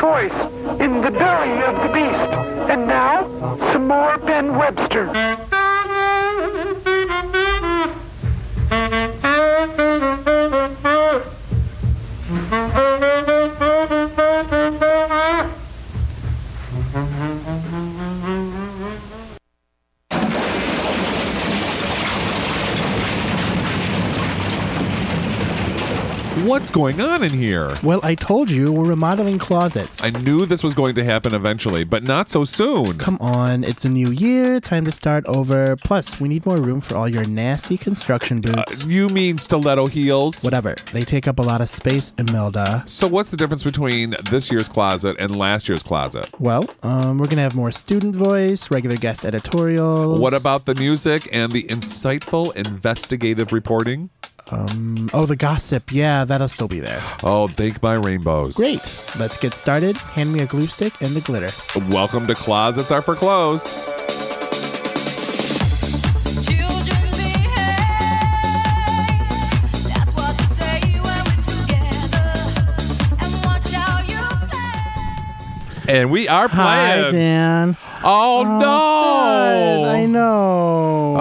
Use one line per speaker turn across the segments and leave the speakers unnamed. voice in the belly of the beast. And now, some more Ben Webster.
What's going on in here?
Well, I told you we're remodeling closets.
I knew this was going to happen eventually, but not so soon.
Come on, it's a new year, time to start over. Plus, we need more room for all your nasty construction
Uh,
boots.
You mean stiletto heels?
Whatever, they take up a lot of space, Imelda.
So, what's the difference between this year's closet and last year's closet?
Well, um, we're gonna have more student voice, regular guest editorials.
What about the music and the insightful investigative reporting?
Oh, the gossip. Yeah, that'll still be there.
Oh, thank my rainbows.
Great. Let's get started. Hand me a glue stick and the glitter.
Welcome to Closets Are for Clothes.
Children behave. That's what they say when we're together. And watch how you play.
And we are
Hi,
playing.
Dan.
Oh, no.
Sad. I know.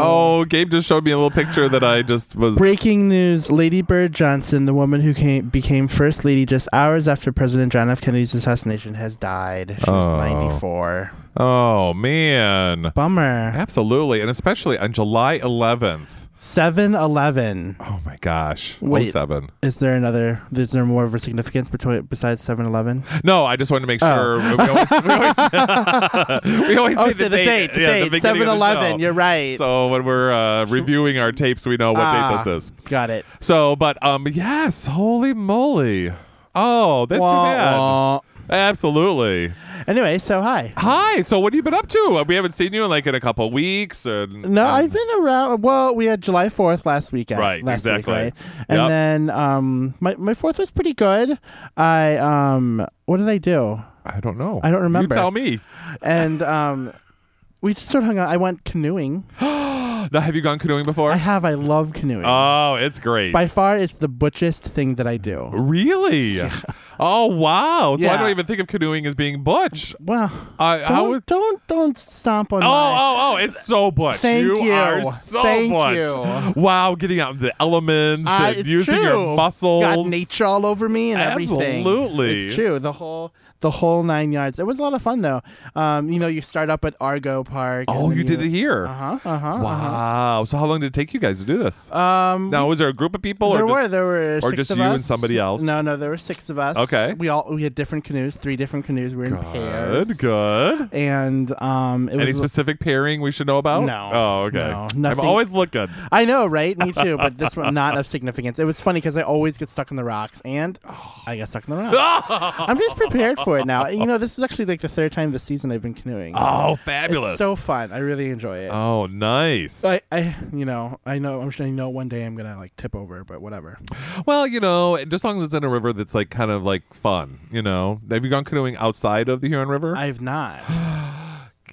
Oh, Gabe just showed me a little picture that I just was.
Breaking news Lady Bird Johnson, the woman who came, became First Lady just hours after President John F. Kennedy's assassination, has died. She was
Oh.
94.
Oh, man.
Bummer.
Absolutely. And especially on July 11th.
7 Eleven.
Oh, my gosh.
Wait.
07.
Is there another, is there more of a significance between, besides 7 Eleven?
No, I just wanted to make sure. We always, we always, we always
Oh,
say
say the date, the
yeah,
date,
beginning of the
7-Eleven,
show.
you're right.
So when we're uh, reviewing our tapes, we know what
Ah.
date this is.
Got it.
So, but um, yes, holy moly! Oh, that's
Wah,
too bad.
wah.
Absolutely.
Anyway, so hi.
Hi. So, what have you been up to? We haven't seen you in like in a couple weeks. And
No,
um,
I've been around. Well, we had July Fourth last weekend,
Right,
Last
exactly.
week, right? And
Yep.
then um, my my fourth was pretty good. I um, what did I do?
I don't know.
I don't remember.
You tell me.
And um, we just sort of hung out. I went canoeing.
Now, have you gone canoeing before?
I have. I love canoeing.
oh, it's great.
By far, it's the butchest thing that I do.
really? Oh wow! So I
Yeah.
don't even think of canoeing as being butch.
Well,
I, I
don't
uh, would.
don't don't stomp on
Oh,
my.
oh, oh! It's so butch.
Thank you.
are so
Thank
butch.
you.
Wow, getting out in the elements,
I-
and
it's
using
true.
your muscles.
Got nature all over me and everything.
Absolutely.
it's true. The whole the whole nine yards. It was a lot of fun though. Um, you know, you start up at Argo Park. and
Oh,
then
you did it here.
Uh huh. Uh huh.
Wow. So how long did it take you guys to do this?
Um,
now, was there a group of people?
there
or
were
just-
there were
or
six
just
of
you and
us.
somebody else?
No, no, there were six of us.
Okay.
we all we had different canoes, three different canoes. We were in pairs.
Good, good.
And um, it
Any
was.
specific pairing we should know about?
No.
Oh, okay.
No,
I'm
nothing.
always looking.
I know, right? Me too. But this one not of significance. It was funny because I always get stuck in the rocks, and I got stuck in the rocks. I'm just prepared for it now. You know, this is actually like the third time this season I've been canoeing.
Oh,
it's
fabulous.
so fun. I really enjoy it.
oh, nice.
I, I, you know, I know. I'm sure I know one day I'm gonna like tip over, but whatever.
well, you know, just as long as it's in a river that's like kind of like fun, you know. Have you gone canoeing outside of the Huron River?
I've not.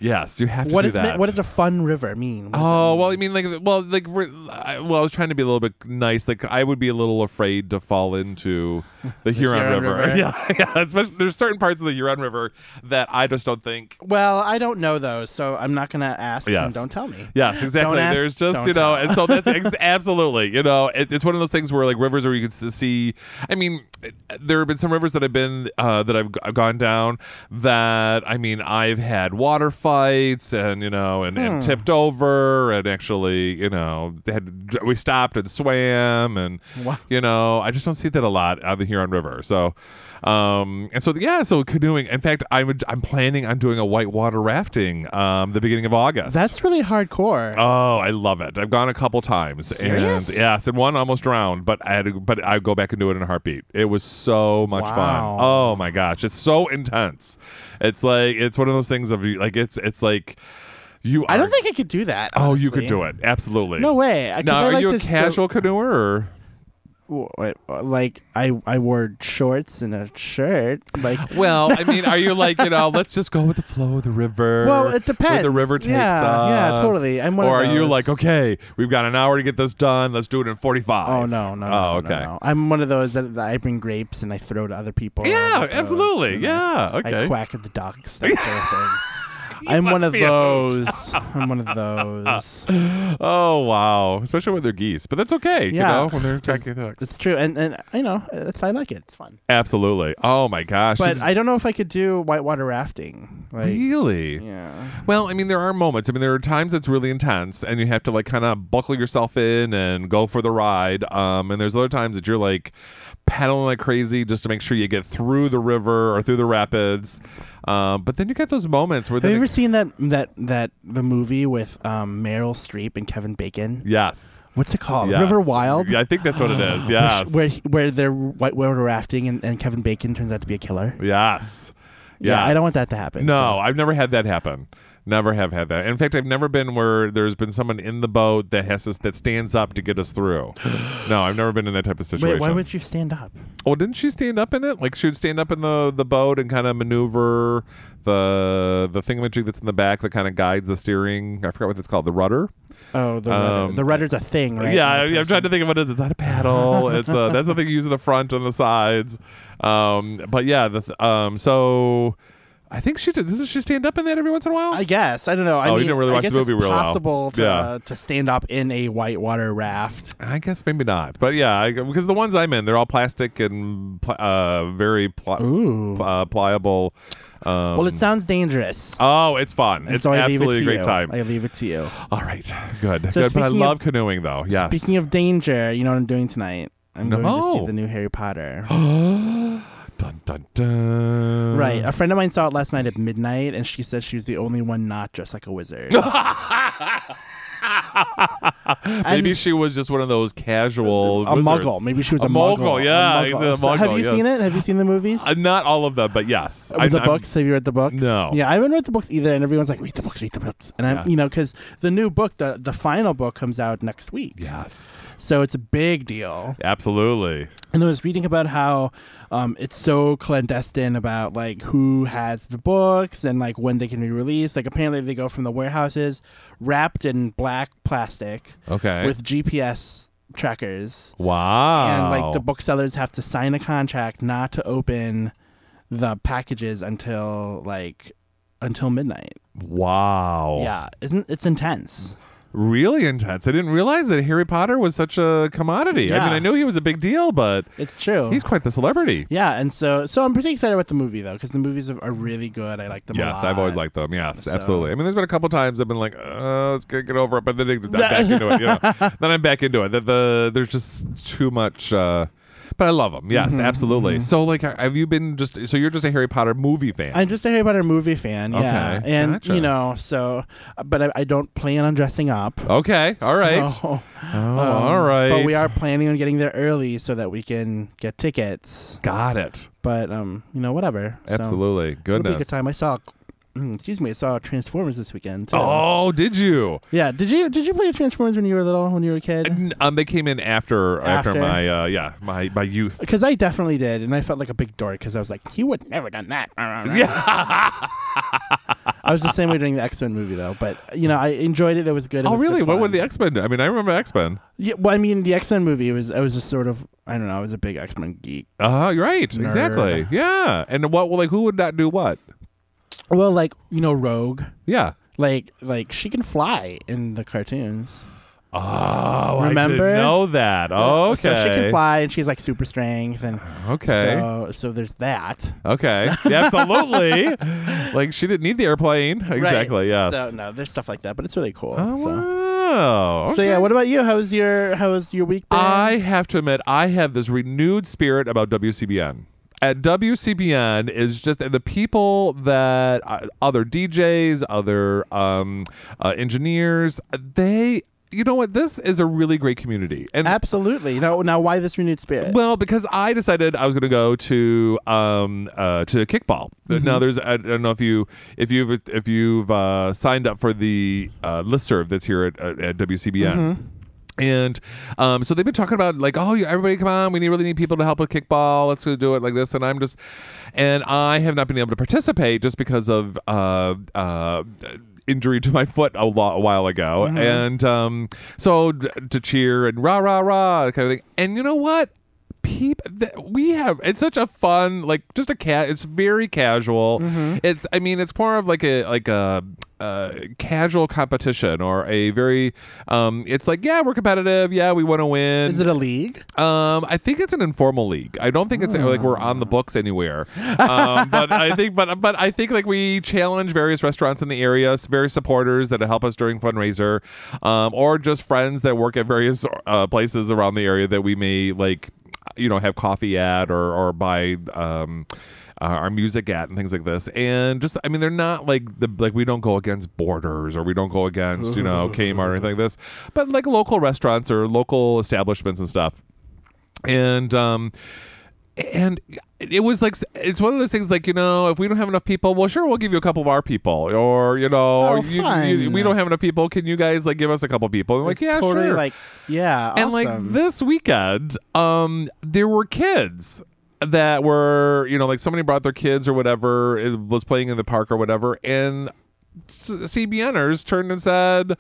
yes, you have to
What
do
is
that.
what does a fun river mean? What does it
Oh
mean?
well, I mean, like, well, like, we're- I, well, I was trying to be a little bit nice. Like, I would be a little afraid to fall into the, Huron,
Huron
River.
River.
Yeah, yeah. Especially there's certain parts of the Huron River that I just don't think.
Well, I don't know those, so I'm not gonna ask.
Yes.
And don't tell me.
Yes, exactly.
ask,
there's just
don't
you know,
tell.
and so that's ex- absolutely you know, it, it's one of those things where like rivers where you can s- see. I mean, it- there have been some rivers that I've been uh, that I've, g- I've gone down that I mean I've had water fights and you know and,
Hmm.
and tipped over and actually you know they had we stopped and swam and
Wow.
you know I just don't see that a lot on the Huron River so. Um and so yeah so canoeing in fact I'm I'm planning on doing a whitewater rafting um the beginning of August
That's really hardcore.
Oh, I love it. I've gone a couple times.
Serious?
And yes, and one almost drowned, but I had to, but I go back and do it in a heartbeat. It was so much
Wow.
fun. Oh my gosh, it's so intense. It's like it's one of those things of like it's it's like you
I
are-
don't think I could do that.
Oh, you could
honestly.
do it. Absolutely.
No way. I- 'cause
Now,
I
are
like
you a
this- the-
casual canoeer? Or?
w- wait, like I I wore shorts and a shirt. Like
Well, I mean, are you like you know? Let's just go with the flow of the river.
Well, it
Where the
depends.
river takes
Yeah, yeah,
us.
totally. I'm one of
or are you
those.
like, okay, we've got an hour to get this done. Let's do it in forty-five.
oh no no no,
Oh,
no,
okay.
no, no. I'm one of those that, that I bring grapes and I throw to other people.
Yeah,
Like those,
absolutely.
and
Yeah.
uh, I,
Okay.
I quack at the ducks. That sort of thing. I'm
must
one of
be a hoot.
those. I'm one of those.
Oh wow! Especially when they're geese, but that's okay.
Yeah.
You know, when they're cracking ducks.
It's true, and and you know, it's I like it. It's fun,
Absolutely. Oh my gosh.
but
It's-
I don't know if I could do whitewater rafting. Like,
really.
yeah,
Well, I mean, there are moments. I mean, there are times that's really intense, and you have to like kind of buckle yourself in and go for the ride. Um, and there's other times that you're like paddling like crazy just to make sure you get through the river or through the rapids. Um, but then you get those moments where
have
then
you
it-
ever seen that that that the movie with um, Meryl Streep and Kevin Bacon?
yes,
What's it called?
yes.
River Wild.
Yeah, I think that's what it is.
Where sh-
Yes,
Where, he- where they're whitewater rafting and, and Kevin Bacon turns out to be a killer.
yes,
Yeah, I
Yes.
don't want that to happen.
No,
so.
I've never had that happen. Never have had that. In fact, I've never been where there's been someone in the boat that has to, that stands up to get us through. no, I've never been in that type of situation.
Wait, why would you stand up?
Well, didn't she stand up in it? Like she would stand up in the, the boat and kind of maneuver the the thingamajig that's in the back that kind of guides the steering. I forgot what it's called, the rudder.
Oh, the
Um,
rudder. The rudder's a thing, right?
Yeah, I,
Not a
I'm trying to think of what it is. It's not a paddle. it's uh, that's the thing you use in the front and the sides. Um, but yeah, the th- um, so I think she did. Doesn't she stand up in that every once in a while?
I guess I don't know. I
Oh, you
mean,
didn't really
I
watch the
guess
movie
it's
real well.
possible to
Yeah.
uh, to stand up in a whitewater raft.
I guess maybe not, but yeah, I, because the ones I'm in, they're all plastic and pl- uh, very pl-
Ooh.
pl- uh, pliable. Um,
Well, it sounds dangerous.
oh, it's fun.
and
It's
so I leave
absolutely
it
a
to
great
you.
time.
I leave it to you.
all right, good,
So
good. But I
speaking
love
of-
canoeing, though. Yes.
Speaking of danger, you know what I'm doing tonight? I'm going to
No.
see the new Harry Potter.
dun dun dun.
right. A friend of mine saw it last night at midnight, and she said she was the only one not dressed like a wizard.
Maybe
And-
she was just one of those casual
a
wizards.
muggle. Maybe she was
A
a,
muggle, yeah,
A
he's a
So have
muggle,
you seen
yes.
it? Have you seen the movies?
Uh, not all of them, but yes.
with the
I'm-
books. Have you read the books?
No.
Yeah, I haven't read the books either. And everyone's like, read the books, read the books. And I'm, you
Yes.
know, because the new book, the the final book, comes out next week.
I'm- yes,
So it's a big deal.
absolutely.
And I was reading about how um, it's so clandestine about like who has the books and like when they can be released. Like apparently they go from the warehouses wrapped in black plastic
Okay.
with GPS trackers
wow.
and like
Oh.
the booksellers have to sign a contract not to open the packages until like until midnight.
Wow.
Yeah, isn't it's intense?
really intense. I didn't realize that Harry Potter was such a commodity. I
Yeah.
mean, I knew he was a big deal, but
It's true.
he's quite the celebrity.
yeah, and so so I'm pretty excited about the movie though because the movies are are really good. I like them. a
Yes, I've always
lot.
liked them. Yes,
So-
absolutely. I mean, there's been a couple times I've been like, uh, let's get, get over it, but then I'm back into it. You know? then I'm back into it. The, the there's just too much. Uh, but I love them.
Mm-hmm,
Yes, absolutely. So, like, have you been just? So you're just a Harry Potter movie fan?
I'm just a Harry Potter movie fan. Yeah,
Okay,
and
gotcha.
you know so, but I, I don't plan on dressing up.
okay, all right.
So, um,
oh, all right.
But we are planning on getting there early so that we can get tickets.
Got it.
But um, you know, whatever. So-
Absolutely.
It'll be
Goodness.
a good time. I saw, mm, excuse me, I saw Transformers this weekend. too.
Oh, did you?
yeah. Did you did you play Transformers when you were little, when you were a kid?
N- Um, they came in after after,
After.
my uh, yeah my my youth.
Because I definitely did, and I felt like a big dork because I was like, "He would never done that."
Yeah.
I was the same way during the X Men movie, though. But you know, I enjoyed it. It was good. It
Oh,
was good
really? What
fun.
would the X Men do? I mean, I remember X Men.
Yeah, well, I mean, the X Men movie was. I was just sort of. I don't know. I was a big X Men geek.
Uh, you're right. Exactly.
Nerd.
Yeah. And what? Like, who would not do what?
Well, like you know, Rogue.
Yeah.
Like like she can fly in the cartoons.
Oh, I
Remember?
didn't know that. Oh, Okay. Uh,
So she can fly, and she's like super strength, and
Okay.
So so there's that.
Okay. Yeah, absolutely. like she didn't need the airplane. Exactly. Yes.
Right. So no, there's stuff like that, but it's really cool.
Oh,
so.
wow.
so
Okay. Uh,
yeah, what about you? How was your how was your week? Been?
I have to admit, I have this renewed spirit about WCBN. At WCBN is just the people that uh, other DJs, other um, uh, engineers, they. You know what? This is a really great community, and
absolutely. No, now why this renewed spirit?
Well, because I decided I was going to go to um uh to kickball. Now there's I don't know if you if you've if you've uh, signed up for the uh, listserv that's here at at, at WCBN. And um, so they've been talking about like, oh, you- everybody, come on, we need, really need people to help with kickball. Let's go do it like this. And I'm just, and I have not been able to participate just because of uh, uh, injury to my foot a, lot, a while ago. And um, so d- to cheer and rah rah rah kind of thing. And you know what? Peep, th- we have it's such a fun like just a cat it's very casual
Mm-hmm.
it's i mean it's more of like a like a uh, casual competition or a very um it's like yeah we're competitive yeah we want to win
Is it a league?
um, I think it's an informal league. I don't think it's like we're on the books anywhere. Um, but I think, but but I think like we challenge various restaurants in the area, s- various supporters that help us during fundraiser, um, or just friends that work at various uh, places around the area that we may like, you know, have coffee at or or buy. Um, uh, our music at and things like this and just i mean they're not like the like we don't go against borders or we don't go against you know kmart or anything like this but like local restaurants or local establishments and stuff and um and it was like it's one of those things like you know if we don't have enough people well sure we'll give you a couple of our people or you know
Oh,
or you, you,
fine.
we don't have enough people can you guys like give us a couple people and like
It's
yeah
totally
sure
like yeah,
and like
awesome.
this weekend um there were kids that were you know like somebody brought their kids or whatever it was playing in the park or whatever and s- cbners turned and said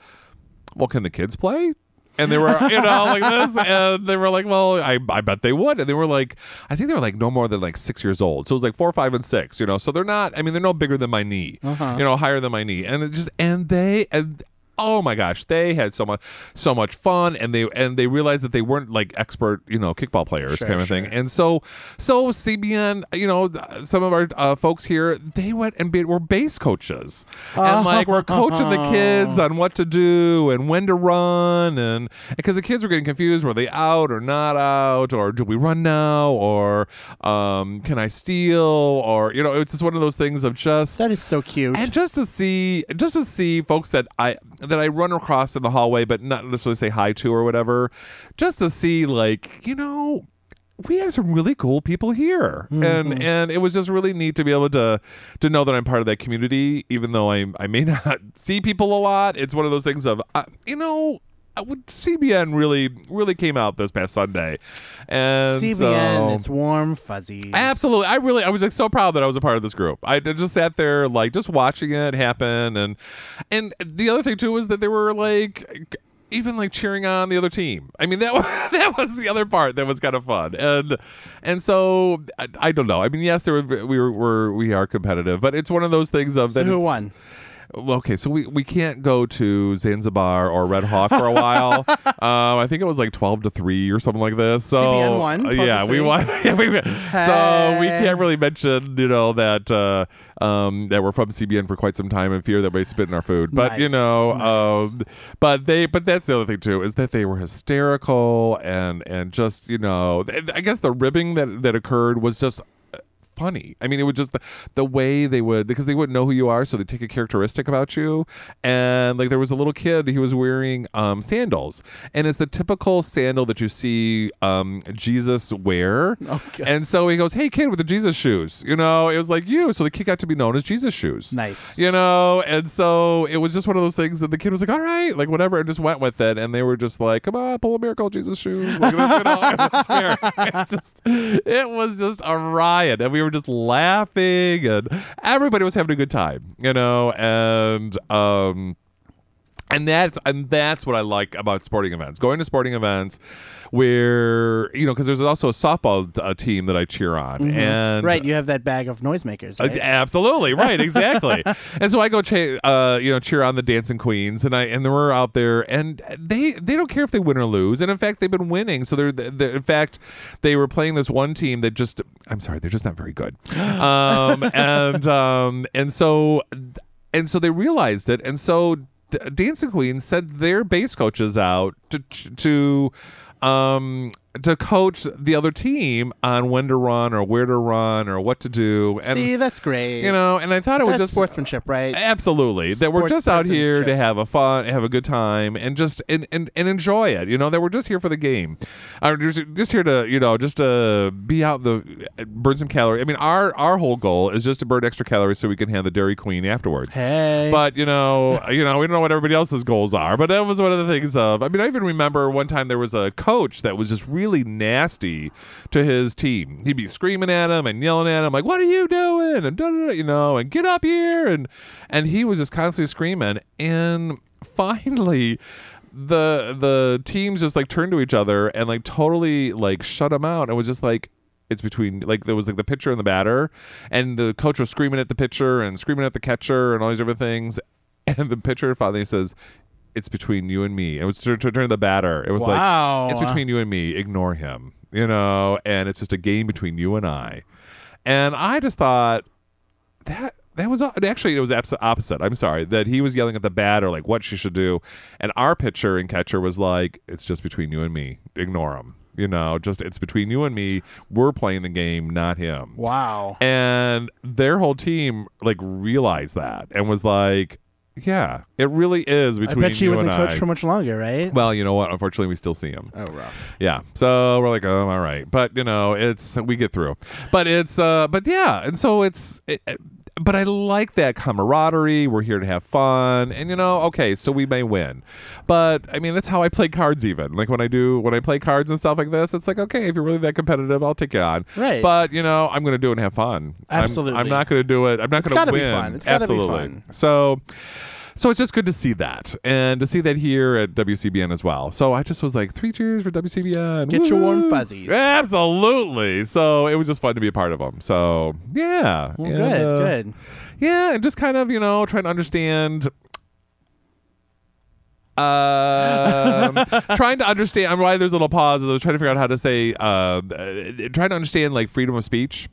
well can the kids play and they were you know like this and they were like well I, I bet they would and they were like i think they were like no more than like six years old so it was like four five and six you know so they're not i mean they're no bigger than my knee
Uh-huh.
you know higher than my knee and it just and they and oh my gosh they had so much so much fun and they and they realized that they weren't like expert you know kickball players
Sure,
kind of thing and so so cbn you know th- some of our uh, folks here they went and be, were base coaches and like we're coaching the kids on what to do and when to run and because the kids were getting confused were they out or not out or do we run now or um can i steal or you know it's just one of those things of just
that is so cute.
and just to see, just to see folks that I that I run across in the hallway, but not necessarily say hi to or whatever, just to see like you know, we have some really cool people here,
Mm-hmm.
and and it was just really neat to be able to to know that I'm part of that community, even though I I may not see people a lot. It's one of those things of uh, you know. I would- CBN really, really came out this past Sunday, and
CBN,
so-
it's warm fuzzy.
Absolutely. I really I was like so proud that I was a part of this group. I d- just sat there like just watching it happen and and the other thing too was that they were like even like cheering on the other team. I mean that was, that was the other part that was kind of fun. And and so I, I don't know. I mean yes there were we were, were we are competitive, but it's one of those things of
So
that
who
it's-
won?
well, okay, so we, we can't go to Zanzibar or Red Hawk for a while. um, I think it was like twelve to three or something like this. So
CBN won, 12 to
yeah, we
three.
won. yeah, we, So we can't really mention you know that uh, um, that we're from CBN for quite some time and fear that we spit in our food. But you
Nice,
know, um, but they but that's the other thing too is that they were hysterical and and just you know th- I guess the ribbing that that occurred was just funny. I mean, it would just the, the way they would because they wouldn't know who you are, so they take a characteristic about you. And like there was a little kid, he was wearing um, sandals, and it's the typical sandal that you see um, Jesus wear.
Okay.
And so he goes, "Hey, kid, with the Jesus shoes," you know. It was like you, so the kid got to be known as Jesus shoes.
Nice.
You know, and so it was just one of those things that the kid was like, all right, like whatever, and just went with it. And they were just like, come on, pull a miracle, Jesus shoes. Like, this, you know, it, was weird. It's just, it was just a riot. And we were just laughing, and everybody was having a good time, you know, and, um, and that's and that's what I like about sporting events. Going to sporting events where you know because there's also a softball uh, team that I cheer on, and
Right, you have that bag of noisemakers.
uh,
Right?
Absolutely right, exactly. and so I go, cha- uh, you know, cheer on the dancing queens, and I and they were out there, and they they don't care if they win or lose, and in fact they've been winning. So they're, they're in fact they were playing this one team that just I'm sorry, they're just not very good, um, and um, and so and so they realized it, and so D- dancing queens sent their base coaches out to to um to coach the other team on when to run or where to run or what to do. And
See, that's great.
you know, and I thought it was
that's
just
sportsmanship, right?
Absolutely, that we're
Sports
just out here to
personship.
have a fun, have a good time, and just and, and, and enjoy it. You know that we're just here for the game, i just just here to you know just to be out the burn some calories. I mean, our our whole goal is just to burn extra calories so we can have the Dairy Queen afterwards.
hey,
But you know, uh, you know, we don't know what everybody else's goals are. But that was one of the things of. I mean, I even remember one time there was a coach that was just really nasty to his team. He'd be screaming at him and yelling at him, like, "What are you doing?" and da, da, da, you know, and get up here, and and he was just constantly screaming. And finally, the the teams just like turned to each other and like totally like shut him out and was just like it's between like there was like the pitcher and the batter and the coach was screaming at the pitcher and screaming at the catcher and all these different things and the pitcher finally says it's between you and me and it was to turn to the batter it was
Wow.
like it's between you and me ignore him you know and it's just a game between you and i and i just thought that that was and actually it was abs- opposite. I'm sorry that he was yelling at the batter like what she should do, and our pitcher and catcher was like, "It's just between you and me. Ignore him. You know, just it's between you and me. We're playing the game, not him."
wow.
And their whole team like realized that and was like, "Yeah, it really is
I
between
bet she
you
wasn't
and I."
coached for much longer, right?
well, you know what? Unfortunately, we still see him.
oh, rough.
Yeah. So we're like, oh, all right. But you know, it's we get through. But it's uh but yeah, and so it's it, it- but I like that camaraderie. We're here to have fun. And you know, okay, so we may win. But I mean, that's how I play cards even. Like when I do when I play cards and stuff like this, it's like, okay, if you're really that competitive, I'll take it on.
Right.
But, you know, I'm going to do it and have fun. I'm- I'm,
Absolutely.
not going to do it. I'm not
It's
going to
gotta be
win.
fun. It's gotta be
Absolutely.
fun.
So so it's just good to see that and to see that here at WCBN as well. So I just was like, three cheers for WCBN.
Get your warm
Woohoo.
fuzzies.
Absolutely. So it was just fun to be a part of them. So yeah.
Well,
And,
good,
uh,
good.
Yeah, and just kind of, you know, trying to understand. Um, trying to understand I'm why there's little pauses. I was trying to figure out how to say, uh, uh, trying to understand like freedom of speech.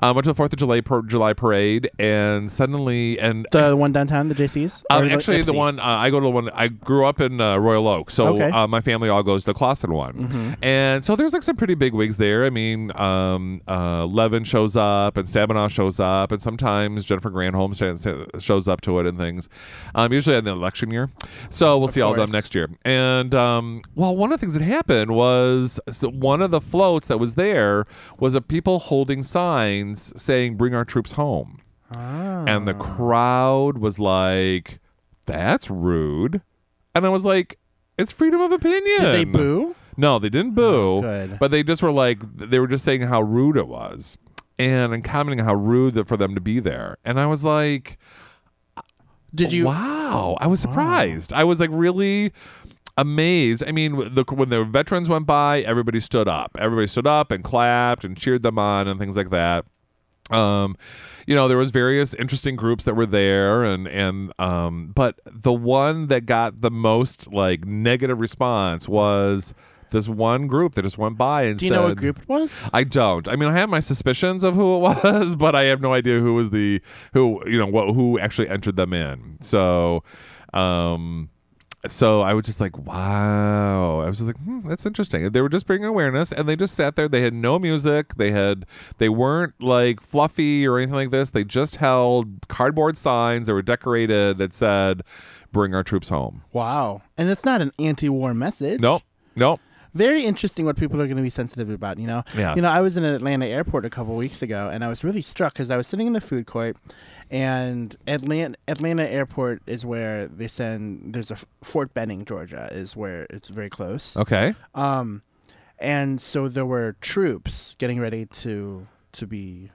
Um, went to the Fourth of July par- July parade, and suddenly, and
The one downtown, the JCs.
um,
Or
actually, the
Ipsy?
one uh, I go to the one I grew up in uh, Royal Oak, so
Okay. Mm-hmm.
uh, my family all goes to the Clausen one, and so there's like some pretty big wigs there. I mean, um, uh, Levin shows up and Stabenow shows up, and sometimes Jennifer Granholm sta- sta- shows up to it and things. Um, usually in the election year, so we'll see all of them
course.
next year. And um, well, one of the things that happened was so one of the floats that was there was of people holding signs saying "Bring our troops home." and the crowd was like, "That's rude," and I was like, "It's freedom of opinion."
Did they boo? Oh,
No, they didn't boo.
good.
But they just were like, they were just saying how rude it was, and and commenting on how rude that for them to be there. And I was like,
Did you?
Wow, I was surprised. I was like really amazed. I mean, the, when the veterans went by, everybody stood up. Everybody stood up and clapped and cheered them on and things like that. Um, you know, there was various interesting groups that were there, and and um, but the one that got the most like negative response was this one group that just went by and
Do you
said,
know what group it was?
I don't. I mean, I have my suspicions of who it was, but I have no idea who was the who you know what who actually entered them in. So, um, so I was just like, wow. I was just like, hmm, that's interesting. They were just bringing awareness, and they just sat there. They had no music. They had they weren't like fluffy or anything like this. They just held cardboard signs that were decorated that said, "Bring our troops home."
Wow. And it's not an anti-war message.
Nope, nope.
very interesting what people are going to be sensitive about. You know,
Yes.
you know, I was in Atlanta airport a couple weeks ago, and I was really struck because I was sitting in the food court, and Atlanta Atlanta airport is where they send. There's a F- Fort Benning, Georgia, is where it's very close, Um,
Okay,
and so there were troops getting ready to to be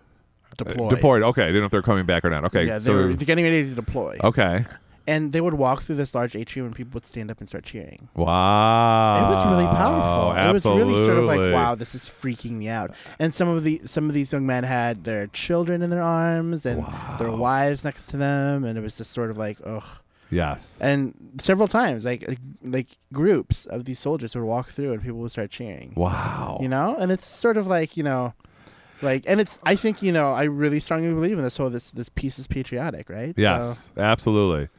deployed.
deployed. Okay, I didn't know if they're coming back or not. Okay,
Yeah, they
so
were getting ready to deploy,
okay.
and they would walk through this large atrium, and people would stand up and start cheering.
Wow.
It was really powerful.
Oh, Absolutely.
It was really sort of like, wow, this is freaking me out. And some of the some of these young men had their children in their arms and their wives next to them, and it was just sort of like, ugh.
Yes.
And several times, like like- like groups of these soldiers would walk through, and people would start cheering.
Wow.
You know, and it's sort of like you know. Like and it's I think you know I really strongly believe in this whole this this piece is patriotic right So-
yes. Absolutely.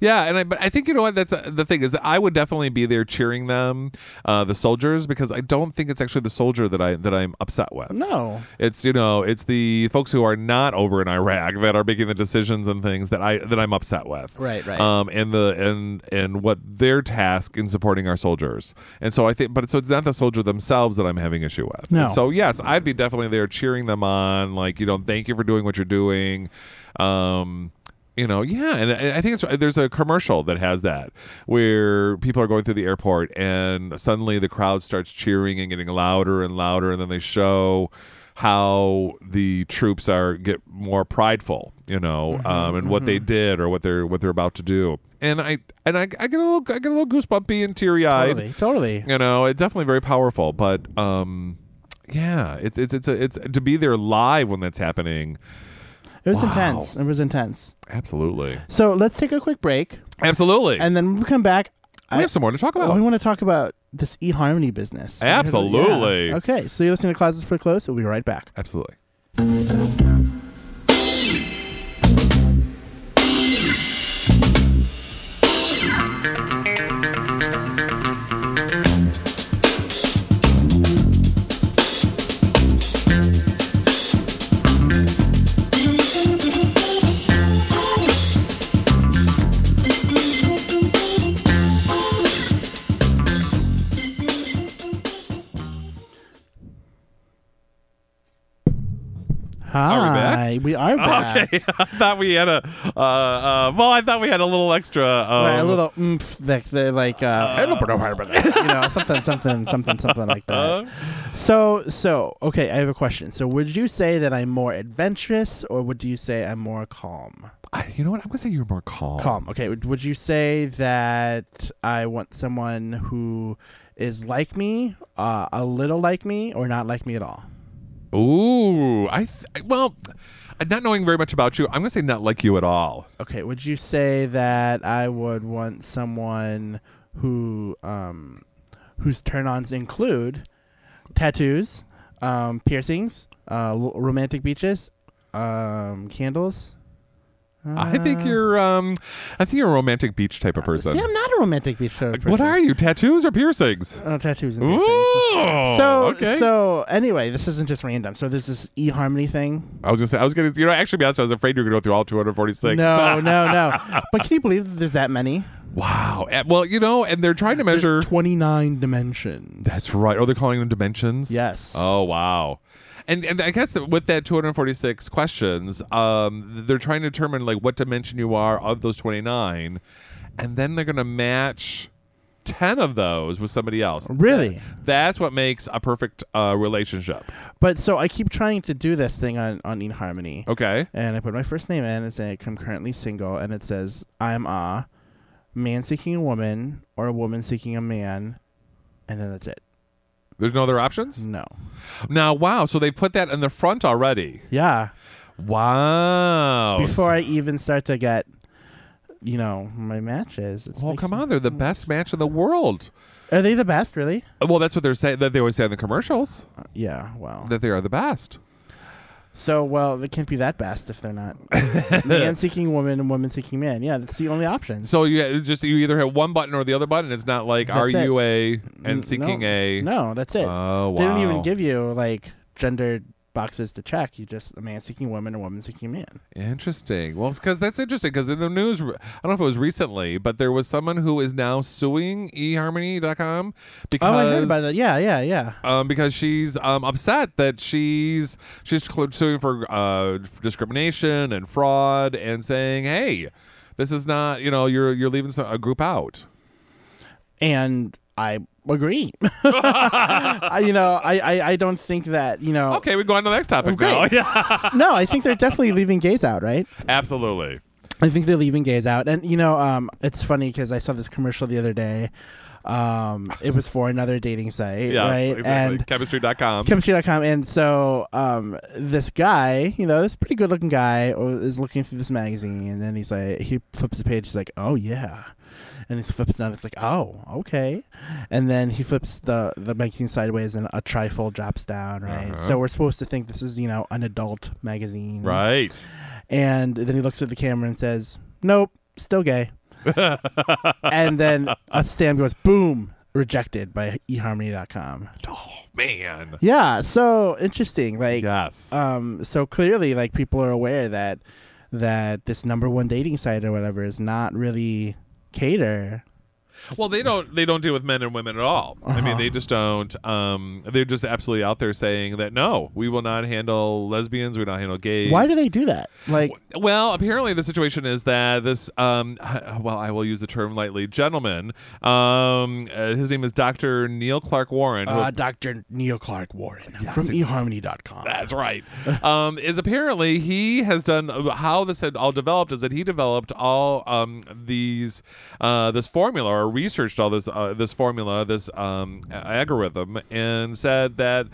Yeah, and I but I think you know what that's uh, the thing is that I would definitely be there cheering them, uh, the soldiers, because I don't think it's actually the soldier that I that I'm upset with.
No.
It's you know it's the folks who are not over in Iraq that are making the decisions and things that I that I'm upset with.
Right, right.
Um, and the and and what their task in supporting our soldiers. And so I think, but so it's not the soldier themselves that I'm having issue with.
No.
And so yes, I'd be definitely there cheering them on, like you know, thank you for doing what you're doing. Um, you know, yeah, and I I think it's there's a commercial that has that where people are going through the airport and suddenly the crowd starts cheering and getting louder and louder, and then they show how the troops are get more prideful, you know, um, and what they did or what they're what they're about to do. And I and I, I get a little I get a little goosebumpy and teary eyed.
Totally. Totally.
You know, it's definitely very powerful, but um, yeah, it's it's it's a, it's to be there live when that's happening.
It was
Wow.
intense. It was intense.
Absolutely,
So let's take a quick break,
absolutely.
and then when we come back,
we have some more to talk about.
we want to talk about this eHarmony business.
Absolutely.
Yeah. Okay, so you're listening to Closets for Close. We'll be right back.
Absolutely.
Hi.
Are
we are back.
Okay, I thought we had a. Uh, uh, well, I thought we had a little extra. Um,
Right, a little oomph, like they're like, uh, I don't know how about that. you know, something, something, something, something like that.
Uh-huh.
So, so okay, I have a question. So, would you say that I'm more adventurous, or would you say I'm more calm?
I, you know what? I'm gonna say you're more calm.
Calm. Okay. Would, would you say that I want someone who is like me, uh, a little like me, or not like me at all?
Ooh, I. Th- well, not knowing very much about you, I'm gonna say not like you at all.
Okay. Would you say that I would want someone who um, whose turn-ons include tattoos, um, piercings, uh, l- romantic beaches, um, candles?
I
Uh.
think you're. Um, I think you're a romantic beach type of person.
See, I'm not a romantic beach sort of person.
what are you? Tattoos or piercings?
Oh, tattoos and
Ooh.
piercings. So
okay.
so anyway, this isn't just random. So there's this eHarmony thing.
I was gonna say I was gonna. You know, actually, to be honest, I was afraid you were gonna go through all 246.
No, no, no. But can you believe that there's that many?
Wow. Eh, Well, you know, and they're trying to measure.
There's 29 dimensions.
That's right. Oh, they're calling them dimensions.
Yes.
Oh wow. And and I guess that with that 246 questions, um, they're trying to determine like what dimension you are of those 29, and then they're gonna match 10 of those with somebody else.
Really?
That's what makes a perfect uh, relationship.
But so I keep trying to do this thing on on eHarmony.
Okay.
And I put my first name in and say I'm currently single and it says I'm a man seeking a woman or a woman seeking a man and then that's it.
There's no other options.
No. Mm-hmm.
Now, wow. So they put that in the front already.
Yeah.
Wow.
Before I even start to get you know, my matches. It's Oh.
well,
makes-
Oh, come on. They're the best match in the world.
Are they the best, really? Uh,
Well, that's what they're saying. That they always say in the commercials
Yeah, well.
that they are the best.
So, well, they can't be that best if they're not man seeking woman and woman seeking man. Yeah, that's the only option.
So you just you either have one button or the other button. It's not like
That's
are
it.
you a
N-
and seeking
no,
a.
No, that's it.
Oh,
They don't even
wow.
give you like gendered boxes to check. You just a man seeking woman, a woman seeking man.
Interesting. Well, it's because that's interesting because in the news, I don't know if it was recently, but there was someone who is now suing eHarmony.com because
Oh, I heard about that. Yeah, yeah, yeah.
um, because she's um, upset that she's she's cl- suing for uh, discrimination and fraud and saying, hey, this is not you know you're you're leaving so- a group out.
And I agree. I, you know, I, I I don't think that you know.
Okay, we go on to the next topic
great.
now. Yeah,
No, I think they're definitely leaving gays out, right?
absolutely.
I think they're leaving gays out, and you know, um, it's funny because I saw this commercial the other day. Um, it was for another dating site,
Yes,
right?
exactly.
And
Chemistry.com.
chemistry.com and so um this guy you know this pretty good looking guy uh, is looking through this magazine and then he's like he flips the page he's like oh yeah and he flips it down it's like oh okay and then he flips the the magazine sideways and a trifold drops down right
Uh-huh.
so we're supposed to think this is you know an adult magazine
Right.
and then he looks at the camera and says nope still gay and then a stamp goes boom, rejected by eharmony.com.
Oh man.
Yeah, so interesting. Like
Yes.
um so clearly like people are aware that that this number one dating site or whatever is not really cater
Well, they don't they don't deal with men and women at all. I
Uh-huh.
mean, they just don't. Um, they're just absolutely out there saying that no, we will not handle lesbians. We will not handle gays.
why do they do that like
Well, apparently the situation is that this, um, well, I will use the term lightly, gentleman. Um, uh, his name is Dr. Neil Clark Warren. who-
uh, dr neil clark warren from eharmony.com
that's right. Um, is apparently he has done uh, how this had all developed is that he developed all um, these uh, this formula or researched all this uh, this formula this um, a- algorithm and said that.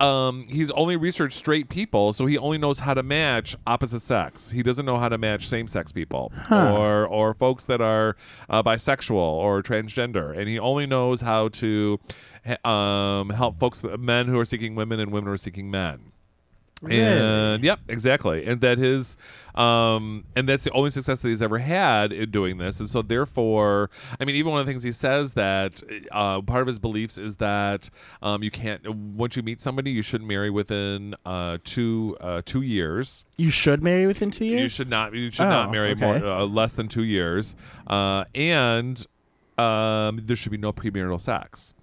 Um, he's only researched straight people, so he only knows how to match opposite sex. He doesn't know how to match same sex people or or folks that are uh, bisexual or transgender, and he only knows how to he- um, help folks, men who are seeking women and women who are seeking men. And yep, exactly. And that his um and that's the only success that he's ever had in doing this. And so therefore, I mean even one of the things he says that uh part of his beliefs is that um you can't once you meet somebody, you should marry within uh 2 uh 2 years.
you should marry within two years
You should not you should
Oh,
not marry
okay.
more uh, less than 2 years. Uh and um there should be no premarital sex.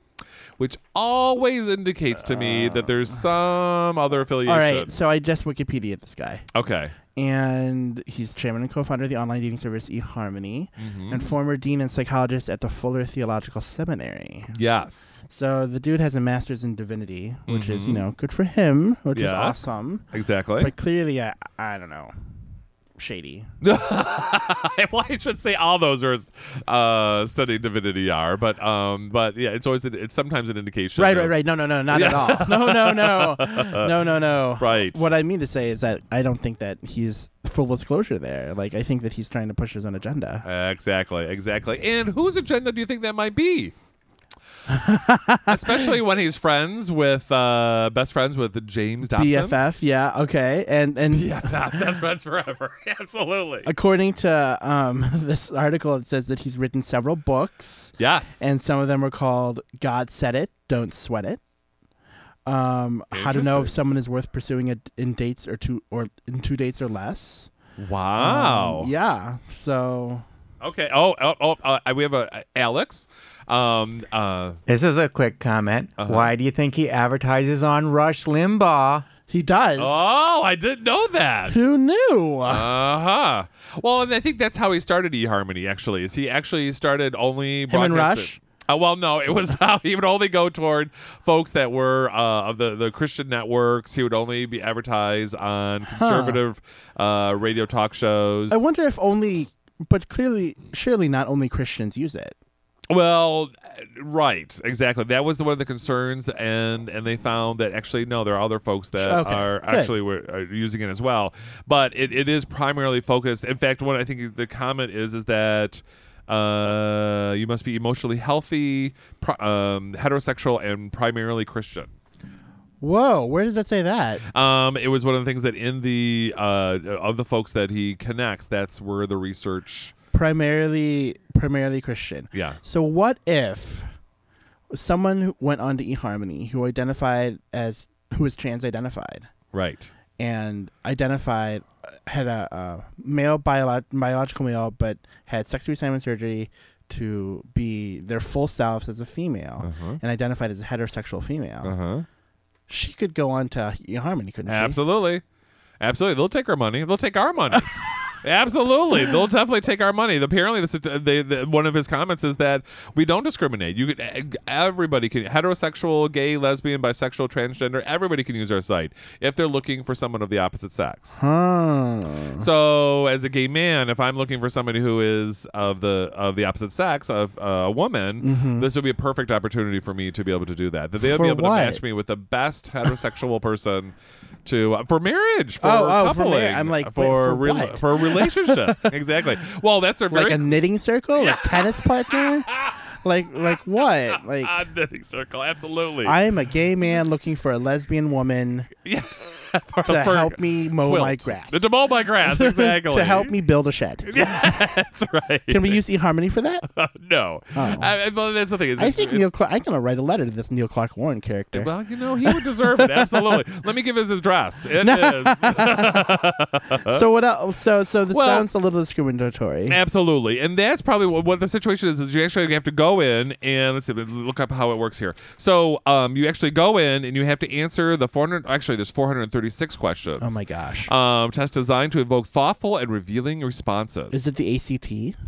Which always indicates to me that there's some other affiliation.
Uh, all right so i just wikipedia this guy
Okay.
and he's chairman and co-founder of the online dating service eharmony
Mm-hmm.
and former dean and psychologist at the fuller theological seminary
Yes.
so the dude has a master's in divinity which is you know good for him which is
Mm-hmm. Yes.
awesome
Exactly.
but clearly I, I don't know shady
well, I should say all those are uh, studying divinity are, but um, but yeah, it's always it's sometimes an indication.
right
of-
right right no no no not at all no no no no no no
Right.
what i mean to say is that i don't think that he's full disclosure there like i think that he's trying to push his own agenda
Uh, exactly. Exactly. And whose agenda do you think that might be? Especially when he's friends with uh, best friends with James Dobson.
bff yeah okay and and
best friends forever. Absolutely.
according to um, this article it says that he's written several books
Yes.
and some of them are called god said it don't sweat it um, how to know if
Interesting.
someone is worth pursuing it in dates or two or in two dates or less
wow.
um, yeah so
Okay. Oh. Oh. oh uh, we have a Alex. Um. Uh.
This is a quick comment. Why do you think he advertises on Rush Limbaugh?
he does
Oh. I didn't know that.
Who knew? Uh-huh.
Uh huh. Well, and I think that's how he started eHarmony. Actually, is he actually started only
Him and
broadcasting- Uh, well, no, it was how he would only go toward folks that were uh, of the, the Christian networks. He would only be advertised on conservative uh, radio talk shows.
I wonder if only, but clearly, surely not only Christians use it.
Well, right, exactly. That was the one of the concerns, and and they found that actually no, there are other folks that
Okay,
are
good.
actually were, are using it as well. But it, it is primarily focused. In fact, one I think is- the comment is is that uh, you must be emotionally healthy, pri- um, heterosexual, and primarily Christian.
Whoa, where does that say that?
Um, it was one of the things that in the uh, of the folks that he connects, that's where the research.
Primarily, primarily Christian.
Yeah.
So what if someone who went on to eHarmony who identified as who is trans identified
Right.
and identified had a uh, male biolo- biological male but had sex reassignment surgery to be their full selves as a female and identified as a heterosexual female.
Uh huh.
She could go on to eHarmony, couldn't she?
Absolutely. Absolutely. They'll take our money. They'll take our money. Absolutely. They'll definitely take our money. Apparently, this is, uh, they, the, one of his comments is that we don't discriminate. You could, uh, everybody can heterosexual, gay, lesbian, bisexual, transgender, everybody can use our site if they're looking for someone of the opposite sex.
Huh.
So, as a gay man, if I'm looking for somebody who is of the of the opposite sex of uh, a woman, this would be a perfect opportunity for me to be able to do that. That they'll
Mm-hmm. For
be able
what?
to match me with the best heterosexual person to uh, for marriage, for
Oh, oh, for
coupling,
marriage. I'm like, wait,
for
for
rela-
what?
for a relationship. exactly. Well, that's their
Like
very
a knitting circle, like tennis partner, like like what? Like
knitting circle. Absolutely.
I am a gay man looking for a lesbian woman
yeah.
to help me mow my
Quilt.
grass.
To mow my grass, exactly.
to help me build a shed.
That's right.
Can we use eHarmony for that?
no. I, I, well, that's the thing. Is
I
it's-
think
it's-
Neil. Clark, I'm gonna write a letter to this Neil Clark Warren character.
Well, you know, he would deserve it. Absolutely. Let me give his address. It is.
so what else? So so this
Well-
sounds a little discriminatory.
Absolutely, and that's probably what, what the situation is. Is you actually have to go in and let's see, look up how it works here. So, um, you actually go in and you have to answer the 400. Actually, there's 436 questions.
oh my gosh.
Um, test designed to evoke thoughtful and revealing responses.
Is it the ACT?